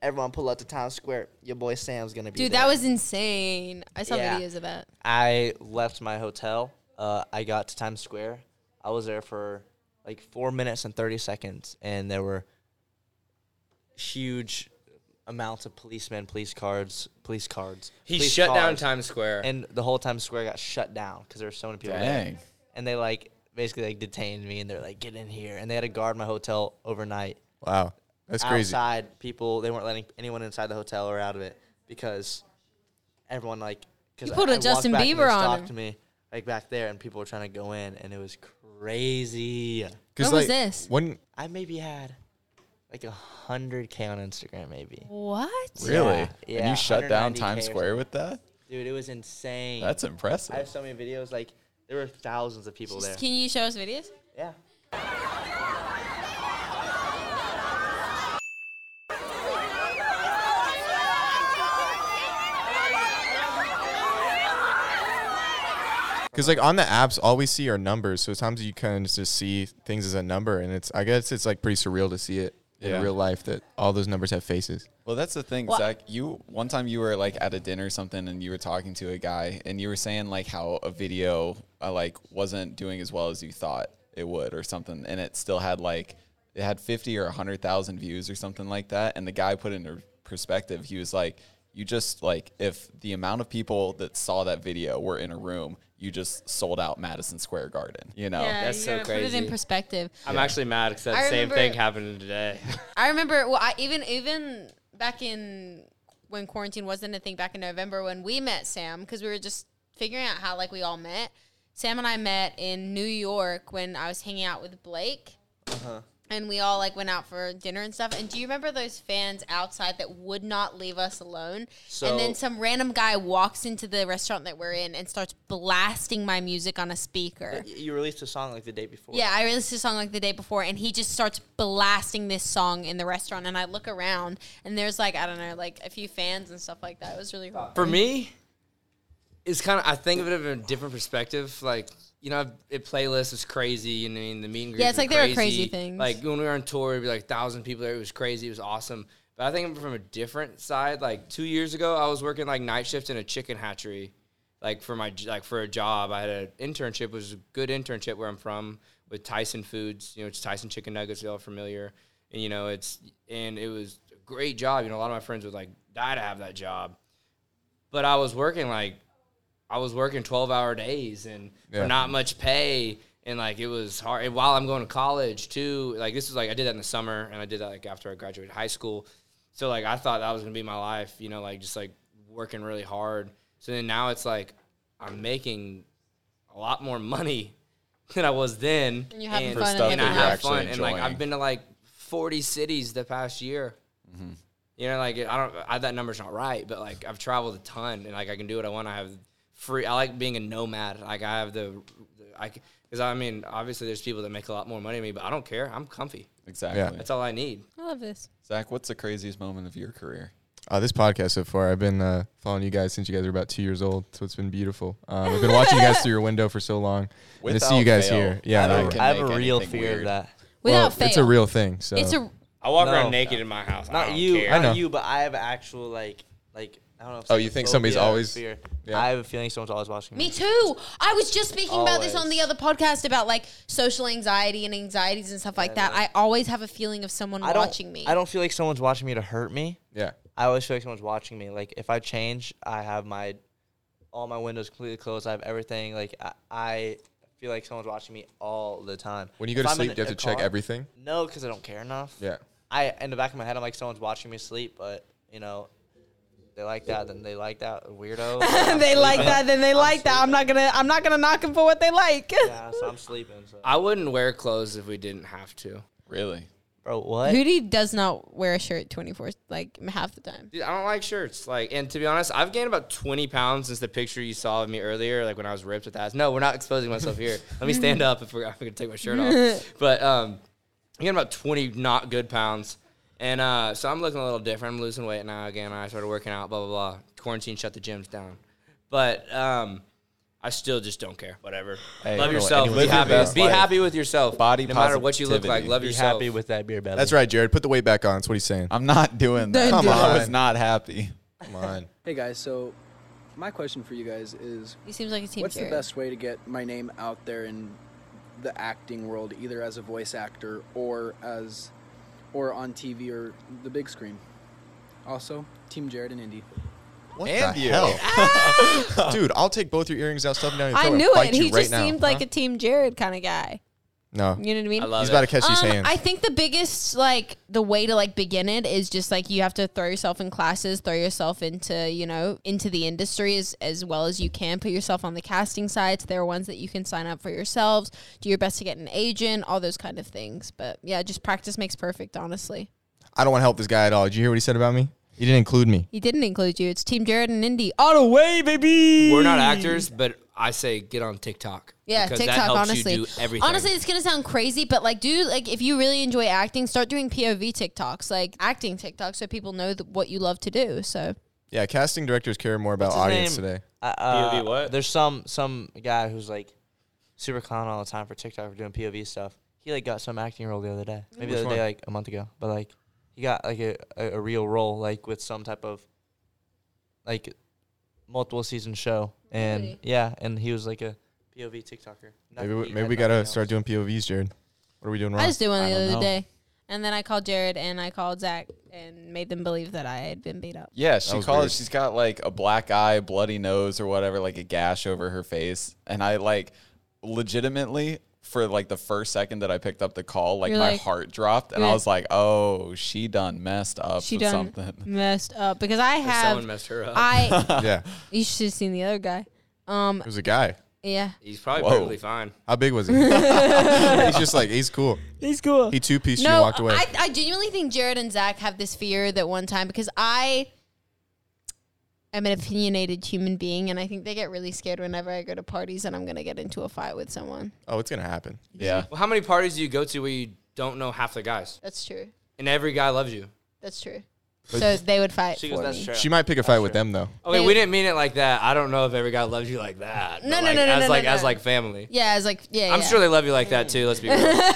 Speaker 4: everyone pull up to Times Square. Your boy Sam's gonna be
Speaker 2: Dude,
Speaker 4: there.
Speaker 2: that was insane. I saw
Speaker 4: Yeah.
Speaker 2: videos of that.
Speaker 4: I left my hotel. Uh, I got to Times Square. I was there for like four minutes and thirty seconds, and there were huge amounts of policemen, police cards, police cards.
Speaker 3: He
Speaker 4: police
Speaker 3: shut down
Speaker 4: cars.
Speaker 3: Times Square.
Speaker 4: and the whole Times Square got shut down because there were so many people. there.
Speaker 5: Dang.
Speaker 4: and they like basically like detained me, and they're like, "Get in here!" And they had to guard my hotel overnight.
Speaker 1: Wow. That's crazy.
Speaker 4: Outside, people they weren't letting anyone inside the hotel or out of it because everyone like because
Speaker 2: You put a Justin Bieber on him.
Speaker 4: Stopped me like back there, and people were trying to go in, and it was crazy.
Speaker 1: 'Cause,
Speaker 2: What was
Speaker 1: like,
Speaker 2: this?
Speaker 1: When
Speaker 4: I maybe had like a hundred k on Instagram, maybe.
Speaker 2: What?
Speaker 5: Really?
Speaker 4: Yeah,
Speaker 5: And you shut down
Speaker 4: 190K
Speaker 5: Times
Speaker 4: or
Speaker 5: Square with that?
Speaker 4: Dude, it was insane.
Speaker 5: That's
Speaker 4: I have
Speaker 5: impressive.
Speaker 4: so many videos. Like there were thousands of people there.
Speaker 2: Can you show us videos?
Speaker 4: Yeah.
Speaker 1: Because like on the apps, all we see are numbers. So sometimes you kind of just see things as a number, and it's I guess it's like pretty surreal to see it
Speaker 5: Yeah.
Speaker 1: in real life that all those numbers have faces.
Speaker 5: Well, that's the thing,
Speaker 2: Well-
Speaker 5: Zach. You one time you were like at a dinner or something, and you were talking to a guy, and you were saying like how a video uh, like wasn't doing as well as you thought it would, or something, and it still had like it had fifty or hundred thousand views or something like that. And the guy put it into perspective. He was like, "You just like if the amount of people that saw that video were in a room, you just sold out Madison Square Garden." You
Speaker 4: Oh,
Speaker 5: know,
Speaker 2: Yeah,
Speaker 3: that's
Speaker 2: you
Speaker 3: so
Speaker 2: gotta Put it in
Speaker 3: crazy.
Speaker 2: perspective.
Speaker 3: I'm actually mad because that
Speaker 2: I
Speaker 3: same
Speaker 2: remember-
Speaker 3: thing happened today.
Speaker 2: I remember. Well, I even even back in when quarantine wasn't a thing back in November when we met Sam because we were just figuring out how like we all met. Sam and I met in New York when I was hanging out with Blake. And we all like went out for dinner and stuff. And do you remember those fans outside that would not leave us alone?
Speaker 4: So-
Speaker 2: and then some random guy walks into the restaurant that we're in and starts blasting my music on a speaker.
Speaker 4: Y- You released a song like the day before.
Speaker 2: Yeah, I released a song like the day before, and he just starts blasting this song in the restaurant. And I look around, and there's like I don't know, like a few fans and stuff like that. It was really cool.
Speaker 3: For me, it's kind of I think of it in a different perspective. Like you know, it playlist was crazy. You know, what I mean the meet and greets
Speaker 2: Yeah, it's
Speaker 3: were
Speaker 2: like they were crazy things.
Speaker 3: Like when we were on tour, it'd be like thousand people there. It was crazy. It was awesome. But I think from a different side. Like two years ago, I was working like night shift in a chicken hatchery, like for my j- like for a job. I had an internship, which was a good internship where I'm from with Tyson Foods. You know, it's Tyson chicken nuggets. Y'all familiar? And you know, it's and it was a great job. You know, a lot of my friends would like die to have that job but I was working like I was working twelve hour days and
Speaker 1: Yeah.
Speaker 3: for not much pay and like it was hard and while I'm going to college too like this was like I did that in the summer and I did that like after I graduated high school so like I thought that was gonna be my life you know like just like working really hard so then now it's like I'm making a lot more money than I was then
Speaker 2: And you're having
Speaker 3: and,
Speaker 2: fun and For stuff
Speaker 3: and
Speaker 2: that
Speaker 3: I
Speaker 2: you're
Speaker 3: have
Speaker 5: actually
Speaker 3: fun and like
Speaker 5: enjoying.
Speaker 3: I've been to like 40 cities the past year.
Speaker 2: Mm-hmm.
Speaker 3: You know, like I don't, I, that number's not right, but like I've traveled a ton, and like I can do what I want. I have free. I like being a nomad. Like I have the, the I because I mean, obviously there's people that make a lot more money than me, but I don't care. I'm comfy.
Speaker 5: Exactly.
Speaker 3: That's all I need.
Speaker 2: I love this.
Speaker 5: Zach, what's the craziest moment of your career?
Speaker 1: Uh, this podcast so far, I've been uh, following you guys since you guys were about two years old, so it's been beautiful. Um, I've been watching you guys through your window for so long, and to see you guys
Speaker 5: fail,
Speaker 1: here, yeah,
Speaker 5: that
Speaker 1: no,
Speaker 5: can
Speaker 4: I have
Speaker 5: make
Speaker 4: a real
Speaker 5: anything
Speaker 4: fear of
Speaker 5: weird.
Speaker 4: that.
Speaker 2: Without
Speaker 1: well,
Speaker 2: fail,
Speaker 1: it's a real thing. So
Speaker 2: It's a
Speaker 8: I walk
Speaker 4: No.
Speaker 8: around naked in my house. I
Speaker 4: Not
Speaker 8: don't
Speaker 4: you,
Speaker 8: care.
Speaker 1: I know.
Speaker 4: not you, but I have actual like like I don't know. If
Speaker 1: Oh, you think somebody's
Speaker 4: phobia or
Speaker 1: always-
Speaker 4: Fear.
Speaker 1: yeah.
Speaker 4: I have a feeling someone's always watching
Speaker 2: Me too. I was just speaking about this on
Speaker 4: Always.
Speaker 2: the other podcast about like social anxiety and anxieties and stuff like that. I always have a feeling of someone
Speaker 4: I don't,
Speaker 2: watching me.
Speaker 4: I don't feel like someone's watching me to hurt me.
Speaker 1: yeah,
Speaker 4: I always feel like someone's watching me. Like if I change, I have my all my windows completely closed. I have everything. Like I, I feel like someone's watching me all the time.
Speaker 1: when you go
Speaker 4: If
Speaker 1: to
Speaker 4: I'm
Speaker 1: sleep,
Speaker 4: in
Speaker 1: do you have
Speaker 4: a
Speaker 1: to check
Speaker 4: car-
Speaker 1: everything.
Speaker 4: No, because I don't care enough.
Speaker 1: Yeah,
Speaker 4: I in the back of my head, I'm like someone's watching me sleep, but you know, they like that, then they like that weirdo.
Speaker 2: they like that, then they like that. I'm not gonna. I'm not gonna knock them for what they like.
Speaker 4: yeah, so I'm sleeping. So.
Speaker 3: I wouldn't wear clothes if we didn't have to.
Speaker 5: Really?
Speaker 4: Bro, what?
Speaker 2: Hootie does not wear a shirt 24 like half the time.
Speaker 3: Dude, I don't like shirts. Like, and to be honest, I've gained about twenty pounds since the picture you saw of me earlier, like when I was ripped with ass. No, we're not exposing myself here. Let me stand up if we're, I'm gonna take my shirt off. But um, I gained about twenty not good pounds, and uh, so I'm looking a little different. I'm losing weight now again. I started working out. Blah blah blah. Quarantine shut the gyms down, but um, I still just don't care. Whatever. love
Speaker 5: you know what?
Speaker 3: yourself.
Speaker 5: Anyone
Speaker 3: Be
Speaker 5: live your
Speaker 3: happy.
Speaker 5: best
Speaker 3: Be
Speaker 5: life.
Speaker 3: happy with yourself.
Speaker 5: Body
Speaker 3: No matter what you look like,
Speaker 5: positivity.
Speaker 3: love
Speaker 4: Be
Speaker 3: yourself.
Speaker 4: happy with that beer belly.
Speaker 1: that's right, Jared. Put the weight back on. That's what he's saying.
Speaker 5: I'm not doing
Speaker 2: Don't
Speaker 5: that.
Speaker 2: do
Speaker 5: I
Speaker 1: it.
Speaker 5: was not happy.
Speaker 1: Come on.
Speaker 9: Hey guys, so my question for you guys is
Speaker 2: He seems like a team
Speaker 9: what's the
Speaker 2: Jared.
Speaker 9: best way to get my name out there in the acting world, either as a voice actor or as or on TV or the big screen? Also, Team Jared and Indy.
Speaker 1: What
Speaker 5: And
Speaker 1: the
Speaker 5: you.
Speaker 1: hell, dude? I'll take both your earrings out, stuff down your
Speaker 2: I
Speaker 1: throat, and
Speaker 2: knew
Speaker 1: bite
Speaker 2: it.
Speaker 1: you
Speaker 2: He
Speaker 1: right
Speaker 2: just
Speaker 1: now.
Speaker 2: seemed like a team Jared kind of guy.
Speaker 1: no.
Speaker 2: You know what I mean?
Speaker 3: I love
Speaker 1: He's
Speaker 3: it.
Speaker 1: about to catch these
Speaker 2: Um,
Speaker 1: hands.
Speaker 2: I think the biggest like the way to like begin it is just like you have to throw yourself in classes, throw yourself into you know into the industry as, as well as you can. Put yourself on the casting sites. There are ones that you can sign up for yourselves. Do your best to get an agent. All those kind of things. But yeah, just practice makes perfect. Honestly,
Speaker 1: I don't want to help this guy at all. Did you hear what he said about me? He didn't include me.
Speaker 2: he didn't include you. It's Team Jared and Indy all the way, baby.
Speaker 3: We're not actors, but I say get on TikTok.
Speaker 2: Yeah,
Speaker 3: because
Speaker 2: TikTok.
Speaker 3: That helps
Speaker 2: honestly,
Speaker 3: you do everything.
Speaker 2: honestly, it's gonna sound crazy, but like, do like if you really enjoy acting, start doing POV TikToks, like acting TikToks, so people know th- what you love to do. So
Speaker 1: Yeah, casting directors care more about
Speaker 4: What's his
Speaker 1: audience
Speaker 4: name?
Speaker 1: today.
Speaker 4: Uh, uh,
Speaker 8: POV what?
Speaker 4: There's some some guy who's like super clown all the time for TikTok for doing POV stuff. He like got some acting role the other day, maybe the other day like a month ago, but like he got like a, a, a real role like with some type of like multiple season show, and
Speaker 2: Really?
Speaker 4: yeah, and he was like a POV TikToker. Not
Speaker 1: Maybe
Speaker 4: that
Speaker 1: we,
Speaker 4: he
Speaker 1: maybe
Speaker 4: had
Speaker 1: we gotta
Speaker 4: nothing else.
Speaker 1: start doing POVs, Jared. What are we doing wrong?
Speaker 2: I just did one
Speaker 4: I
Speaker 2: the
Speaker 4: don't
Speaker 2: other
Speaker 4: know.
Speaker 2: day, and then I called Jared and I called Zach and made them believe that I had been beat up.
Speaker 5: Yeah, she
Speaker 1: was
Speaker 5: called.
Speaker 1: weird.
Speaker 5: She's got like a black eye, bloody nose, or whatever, like a gash over her face. And I like, legitimately, for like the first second that I picked up the call, like
Speaker 2: You're
Speaker 5: my
Speaker 2: like-
Speaker 5: heart dropped, and
Speaker 2: you're
Speaker 5: I
Speaker 2: like-
Speaker 5: was like, "Oh, she done messed up
Speaker 2: She
Speaker 5: with
Speaker 2: done
Speaker 5: something."
Speaker 2: messed up because I
Speaker 3: someone
Speaker 2: have
Speaker 3: messed her up.
Speaker 2: I
Speaker 1: yeah,
Speaker 2: you should have seen the other guy.
Speaker 1: it was a guy.
Speaker 2: Yeah,
Speaker 3: He's probably
Speaker 5: Whoa.
Speaker 3: perfectly fine.
Speaker 1: How big was he? he's just like he's cool.
Speaker 2: he's cool.
Speaker 1: He two pieced you
Speaker 2: no,
Speaker 1: and walked away.
Speaker 2: I, I genuinely think Jared and Zach have this fear that one time because I am an opinionated human being and I think they get really scared whenever I go to parties and I'm gonna get into a fight with someone.
Speaker 1: oh, it's gonna happen.
Speaker 5: Yeah,
Speaker 3: Well, how many parties do you go to where you don't know half the guys
Speaker 2: That's true.
Speaker 3: and every guy loves you?
Speaker 2: That's true. so they would fight
Speaker 4: She
Speaker 2: for
Speaker 4: goes, that's
Speaker 2: me.
Speaker 4: true.
Speaker 1: She might pick a fight with them though.
Speaker 3: Okay,
Speaker 2: They-
Speaker 3: we didn't mean it like that. I don't know if every guy loves you like that. but
Speaker 2: No, no,
Speaker 3: like,
Speaker 2: no, no,
Speaker 3: As
Speaker 2: no,
Speaker 3: like
Speaker 2: no,
Speaker 3: as
Speaker 2: no.
Speaker 3: like family.
Speaker 2: Yeah, it's like yeah.
Speaker 3: I'm
Speaker 2: yeah.
Speaker 3: sure they love you like that too. Let's be real.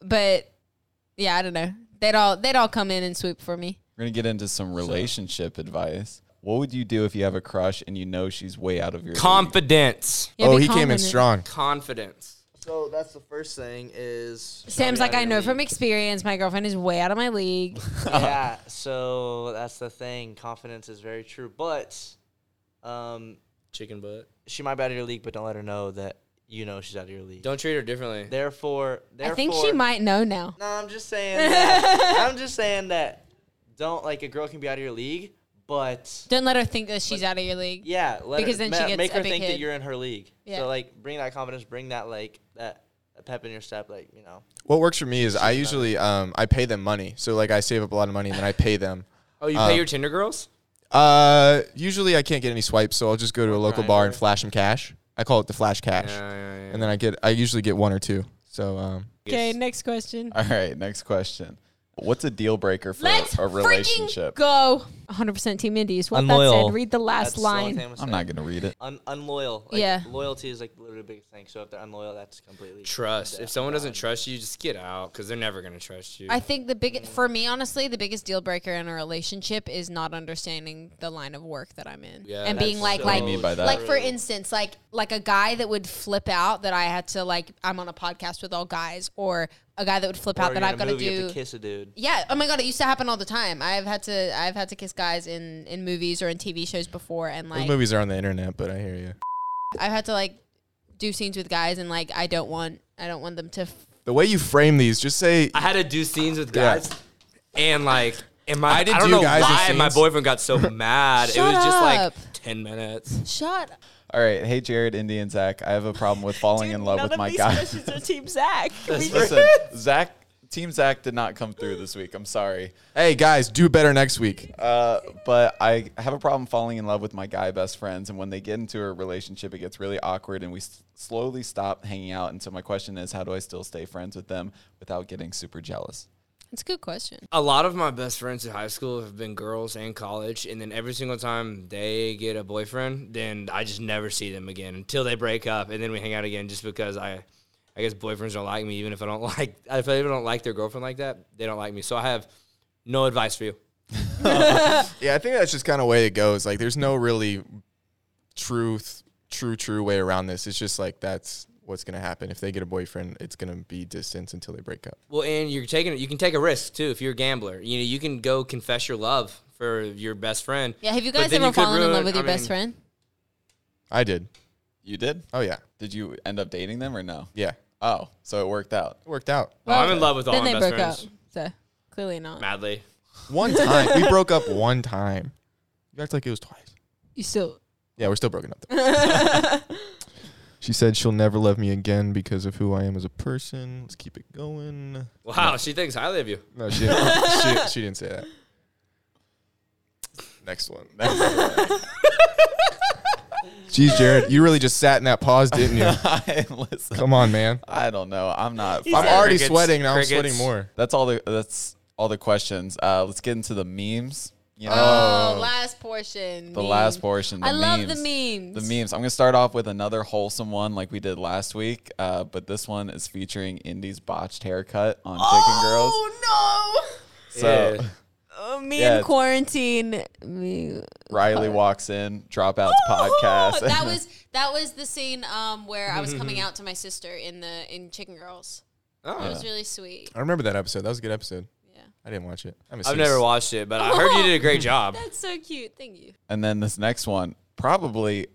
Speaker 2: but yeah, I don't know. They'd all they'd all come in and swoop for me.
Speaker 5: we're gonna get into some relationship advice. What would you do if you have a crush and you know she's way out of your league?
Speaker 3: Confidence,
Speaker 2: Yeah,
Speaker 1: oh,
Speaker 2: be
Speaker 1: he came in
Speaker 2: confident.
Speaker 1: strong.
Speaker 3: confidence.
Speaker 4: So that's the first thing is
Speaker 2: Sam's like, I know
Speaker 4: from.
Speaker 2: from experience, my girlfriend is way out of my league.
Speaker 4: yeah, so that's the thing. Confidence is very true, but um,
Speaker 3: Chicken butt.
Speaker 4: she might be out of your league, but don't let her know that you know she's out of your league.
Speaker 3: Don't treat her differently.
Speaker 4: Therefore, therefore,
Speaker 2: I think she might know now.
Speaker 4: No, I'm just saying. That, I'm just saying that. Don't like a girl can be out of your league, but
Speaker 2: Don't let her think that she's out of your league.
Speaker 4: yeah, let
Speaker 2: Because
Speaker 4: her,
Speaker 2: then she
Speaker 4: ma-
Speaker 2: gets
Speaker 4: make
Speaker 2: a
Speaker 4: her
Speaker 2: big
Speaker 4: think
Speaker 2: head.
Speaker 4: that you're in her league.
Speaker 2: Yeah.
Speaker 4: So like, bring that confidence, bring that like that a pep in your step, like you know.
Speaker 1: What works for me is I usually um, I pay them money, so like I save up a lot of money and then I pay them.
Speaker 3: Oh, you pay your Tinder girls?
Speaker 1: Uh, usually I can't get any swipes, so I'll just go to a local bar and flash them cash. I call it the flash cash, and then I get I usually get one or two. So um,
Speaker 8: Okay, next question.
Speaker 5: All right, next question. What's a deal breaker for
Speaker 8: Let's
Speaker 5: a
Speaker 8: freaking
Speaker 5: relationship?
Speaker 8: go. 100% Team Indy is what that
Speaker 4: Unloyal.
Speaker 8: said. Read the last
Speaker 4: That's the only
Speaker 8: line.
Speaker 4: thing I'm,
Speaker 5: I'm not gonna read it.
Speaker 4: Un- unloyal. Like,
Speaker 8: Yeah.
Speaker 4: Loyalty is like literally the biggest thing. So if they're unloyal, that's completely
Speaker 3: Trust. If someone doesn't trust you, just get out because they're never gonna trust you.
Speaker 2: I think the big for me honestly the biggest deal breaker in a relationship is not understanding the line of work that I'm in
Speaker 3: Yeah,
Speaker 2: and being
Speaker 3: that's
Speaker 2: like
Speaker 3: so
Speaker 2: like
Speaker 5: What do you mean by that?
Speaker 2: like for instance like like a guy that would flip out that I had to like I'm on a podcast with all guys or a guy that would flip
Speaker 4: Or
Speaker 2: out
Speaker 4: you're
Speaker 2: that
Speaker 4: in
Speaker 2: I've
Speaker 4: a
Speaker 2: got to
Speaker 4: movie, you have
Speaker 2: do
Speaker 4: to kiss a dude.
Speaker 2: yeah oh my god it used to happen all the time I've had to I've had to kiss guys in in movies or in TV shows before and
Speaker 1: those
Speaker 2: like
Speaker 1: movies are on the internet, but I hear you.
Speaker 2: I've had to like do scenes with guys and like I don't want I don't want them to f-
Speaker 1: The way you frame these, just say
Speaker 3: I had to do scenes with
Speaker 1: Yeah.
Speaker 3: guys, and like, and my I,
Speaker 1: did
Speaker 3: don't
Speaker 1: do
Speaker 3: know
Speaker 1: guys with
Speaker 3: why my
Speaker 1: scenes.
Speaker 3: boyfriend got so mad. it
Speaker 2: Shut
Speaker 3: was just like
Speaker 2: up.
Speaker 3: ten minutes.
Speaker 2: shut
Speaker 5: All right, hey Jared, Indy, and Zach. I have a problem with falling in love
Speaker 8: None
Speaker 5: with
Speaker 8: of
Speaker 5: my
Speaker 8: these
Speaker 5: guy.
Speaker 8: questions are Team Zach. Can we just-
Speaker 5: Listen, Zach, Team Zach did not come through this week. I'm sorry.
Speaker 1: "Hey guys, do better next week."
Speaker 5: Uh, but I have a problem falling in love with my guy best friends, and when they get into a relationship, it gets really awkward, and we s- slowly stop hanging out. And so my question is, how do I still stay friends with them without getting super jealous?
Speaker 2: it's a good question
Speaker 3: a lot of my best friends in high school have been girls and college, and then every single time they get a boyfriend, then I just never see them again until they break up, and then we hang out again just because I, I guess boyfriends don't like me, even if I don't like, if I even don't like their girlfriend like that, they don't like me. So I have no advice for you.
Speaker 1: Yeah, I think that's just kind of way it goes. Like, there's no really truth, true, true way around this. It's just like that's what's gonna happen if they get a boyfriend. It's gonna be distance until they break up.
Speaker 3: Well, and you're taking, you can take a risk too if you're a gambler. You know, you can go confess your love for your best friend.
Speaker 2: yeah have you
Speaker 3: But
Speaker 2: guys
Speaker 3: then
Speaker 2: ever
Speaker 3: could
Speaker 2: fallen in
Speaker 3: ruin-
Speaker 2: love with
Speaker 3: I
Speaker 2: your best
Speaker 3: mean,
Speaker 2: friend
Speaker 1: I did.
Speaker 5: You did?
Speaker 1: Oh yeah,
Speaker 5: Did you end up dating them or no?
Speaker 1: yeah,
Speaker 5: Oh, so it worked out.
Speaker 1: it worked out.
Speaker 3: Oh, I'm in love with all
Speaker 2: then
Speaker 3: my
Speaker 2: they
Speaker 3: best
Speaker 2: broke
Speaker 3: friends.
Speaker 2: up so clearly not
Speaker 3: Madly,
Speaker 1: One time we broke up. One time. You act like it was twice.
Speaker 8: you still.
Speaker 1: Yeah, we're still broken up. though. she said she'll never love me again because of who I am as a person. Let's keep it going.
Speaker 3: wow, she thinks highly of you.
Speaker 1: No, she didn't, she, she didn't say that. Next one. Next one. Jeez, Jared, you really just sat in that pause, didn't you?
Speaker 5: I listen.
Speaker 1: Come on, man.
Speaker 5: I don't know. I'm not.
Speaker 1: I'm
Speaker 5: I'm
Speaker 1: already
Speaker 3: crickets,
Speaker 1: sweating. Now I'm
Speaker 3: crickets.
Speaker 1: sweating more.
Speaker 5: That's all the that's all the questions. Uh, let's get into the memes. You know,
Speaker 2: Oh, last portion.
Speaker 5: the last portion. The
Speaker 2: I love the memes.
Speaker 5: memes. The memes. I'm gonna start off with another wholesome one like we did last week, uh, but this one is featuring Indy's botched haircut on Chicken
Speaker 2: Oh
Speaker 5: Girls. So
Speaker 3: Yeah.
Speaker 2: no! Oh, me
Speaker 5: Yeah,
Speaker 2: in
Speaker 5: it's-
Speaker 2: quarantine. Me.
Speaker 5: Riley walks in, dropouts podcast.
Speaker 2: Oh, that was that was the scene um, where I was coming out to my sister in the in Chicken Girls.
Speaker 3: Oh.
Speaker 2: It was really sweet.
Speaker 1: I remember that episode. That was a good episode. Yeah. I didn't watch it. I'm a
Speaker 3: I've
Speaker 1: six.
Speaker 3: never watched it, but I heard you did a great job.
Speaker 2: That's so cute. Thank you.
Speaker 5: and then this next one, probably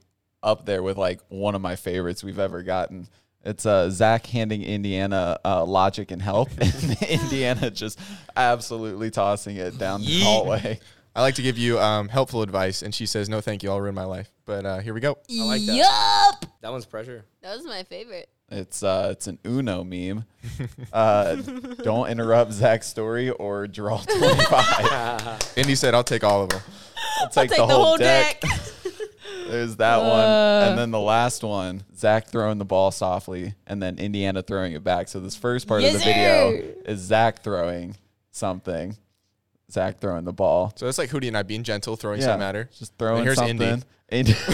Speaker 5: up there with like one of my favorites we've ever gotten. It's uh, Zach handing Indiana uh, logic and help, and Indiana just absolutely tossing it down the
Speaker 3: Yeet.
Speaker 5: hallway.
Speaker 1: I like to give you um, helpful advice, and she says, no, thank you. I'll ruin my life. But uh, here we go.
Speaker 3: I like that.
Speaker 2: Yup.
Speaker 3: That one's pressure.
Speaker 2: That was my favorite.
Speaker 5: It's uh, it's an Uno meme. Uh, don't interrupt Zach's story or draw twenty five.
Speaker 1: Indy said, I'll take all of them.
Speaker 5: It's like
Speaker 8: Take the whole deck.
Speaker 5: There's that one, and then
Speaker 8: Uh.
Speaker 5: the last one. Zach throwing the ball softly, and then Indiana throwing it back. So this first part of the video is Zach throwing something. Zach throwing the ball.
Speaker 1: So that's like Hootie and I being gentle, throwing some matter.
Speaker 5: Just throwing
Speaker 1: And here's
Speaker 5: something.
Speaker 1: Indy.
Speaker 5: Indy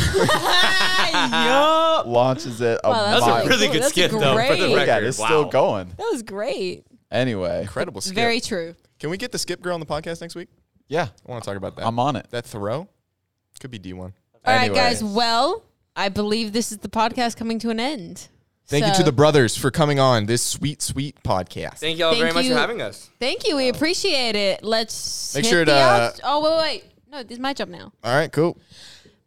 Speaker 8: Yup.
Speaker 5: launches it a
Speaker 8: Wow, that's a
Speaker 5: mile.
Speaker 8: really
Speaker 3: Really
Speaker 8: Cool,
Speaker 3: good
Speaker 8: that's
Speaker 3: skip though. For the
Speaker 8: great.
Speaker 5: Look
Speaker 3: record,
Speaker 5: at it, it's still
Speaker 3: Wow.
Speaker 5: going.
Speaker 8: That was great.
Speaker 5: Anyway,
Speaker 1: Incredible skip.
Speaker 2: Very true.
Speaker 1: Can we get the skip girl on the podcast next week?
Speaker 5: yeah,
Speaker 1: I want to talk about that.
Speaker 5: I'm on it.
Speaker 1: That throw could be D1.
Speaker 2: All right,
Speaker 5: Anyway.
Speaker 2: guys. Well, I believe this is the podcast coming to an end.
Speaker 1: Thank you
Speaker 2: So-
Speaker 1: to the brothers for coming on this sweet, sweet podcast.
Speaker 3: Thank y'all
Speaker 2: Thank
Speaker 3: very much
Speaker 2: you.
Speaker 3: for having us.
Speaker 2: Thank you. We appreciate it. Let's
Speaker 1: Make
Speaker 2: hit
Speaker 1: sure
Speaker 2: the
Speaker 1: to-
Speaker 2: opt- oh wait, wait, wait. No, this is my job now.
Speaker 1: All right, cool.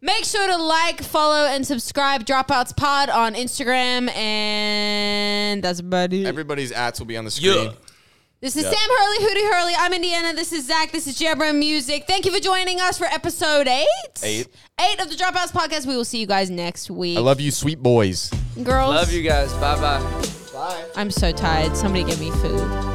Speaker 2: Make sure to like, follow, and subscribe Dropouts Pod on Instagram, and that's about it.
Speaker 1: Everybody's ads will be on the screen.
Speaker 3: Yeah.
Speaker 2: this is Sam Hurley, Hootie Hurley. I'm Indiana. This is Zach. This is Jabra Music. Thank you for joining us for episode eight.
Speaker 5: Eight.
Speaker 2: Eight of the Dropouts Podcast. We will see you guys next week.
Speaker 1: I love you, sweet boys.
Speaker 2: Girls.
Speaker 3: Love you guys. Bye bye.
Speaker 1: Bye.
Speaker 2: I'm so tired. Somebody give me food.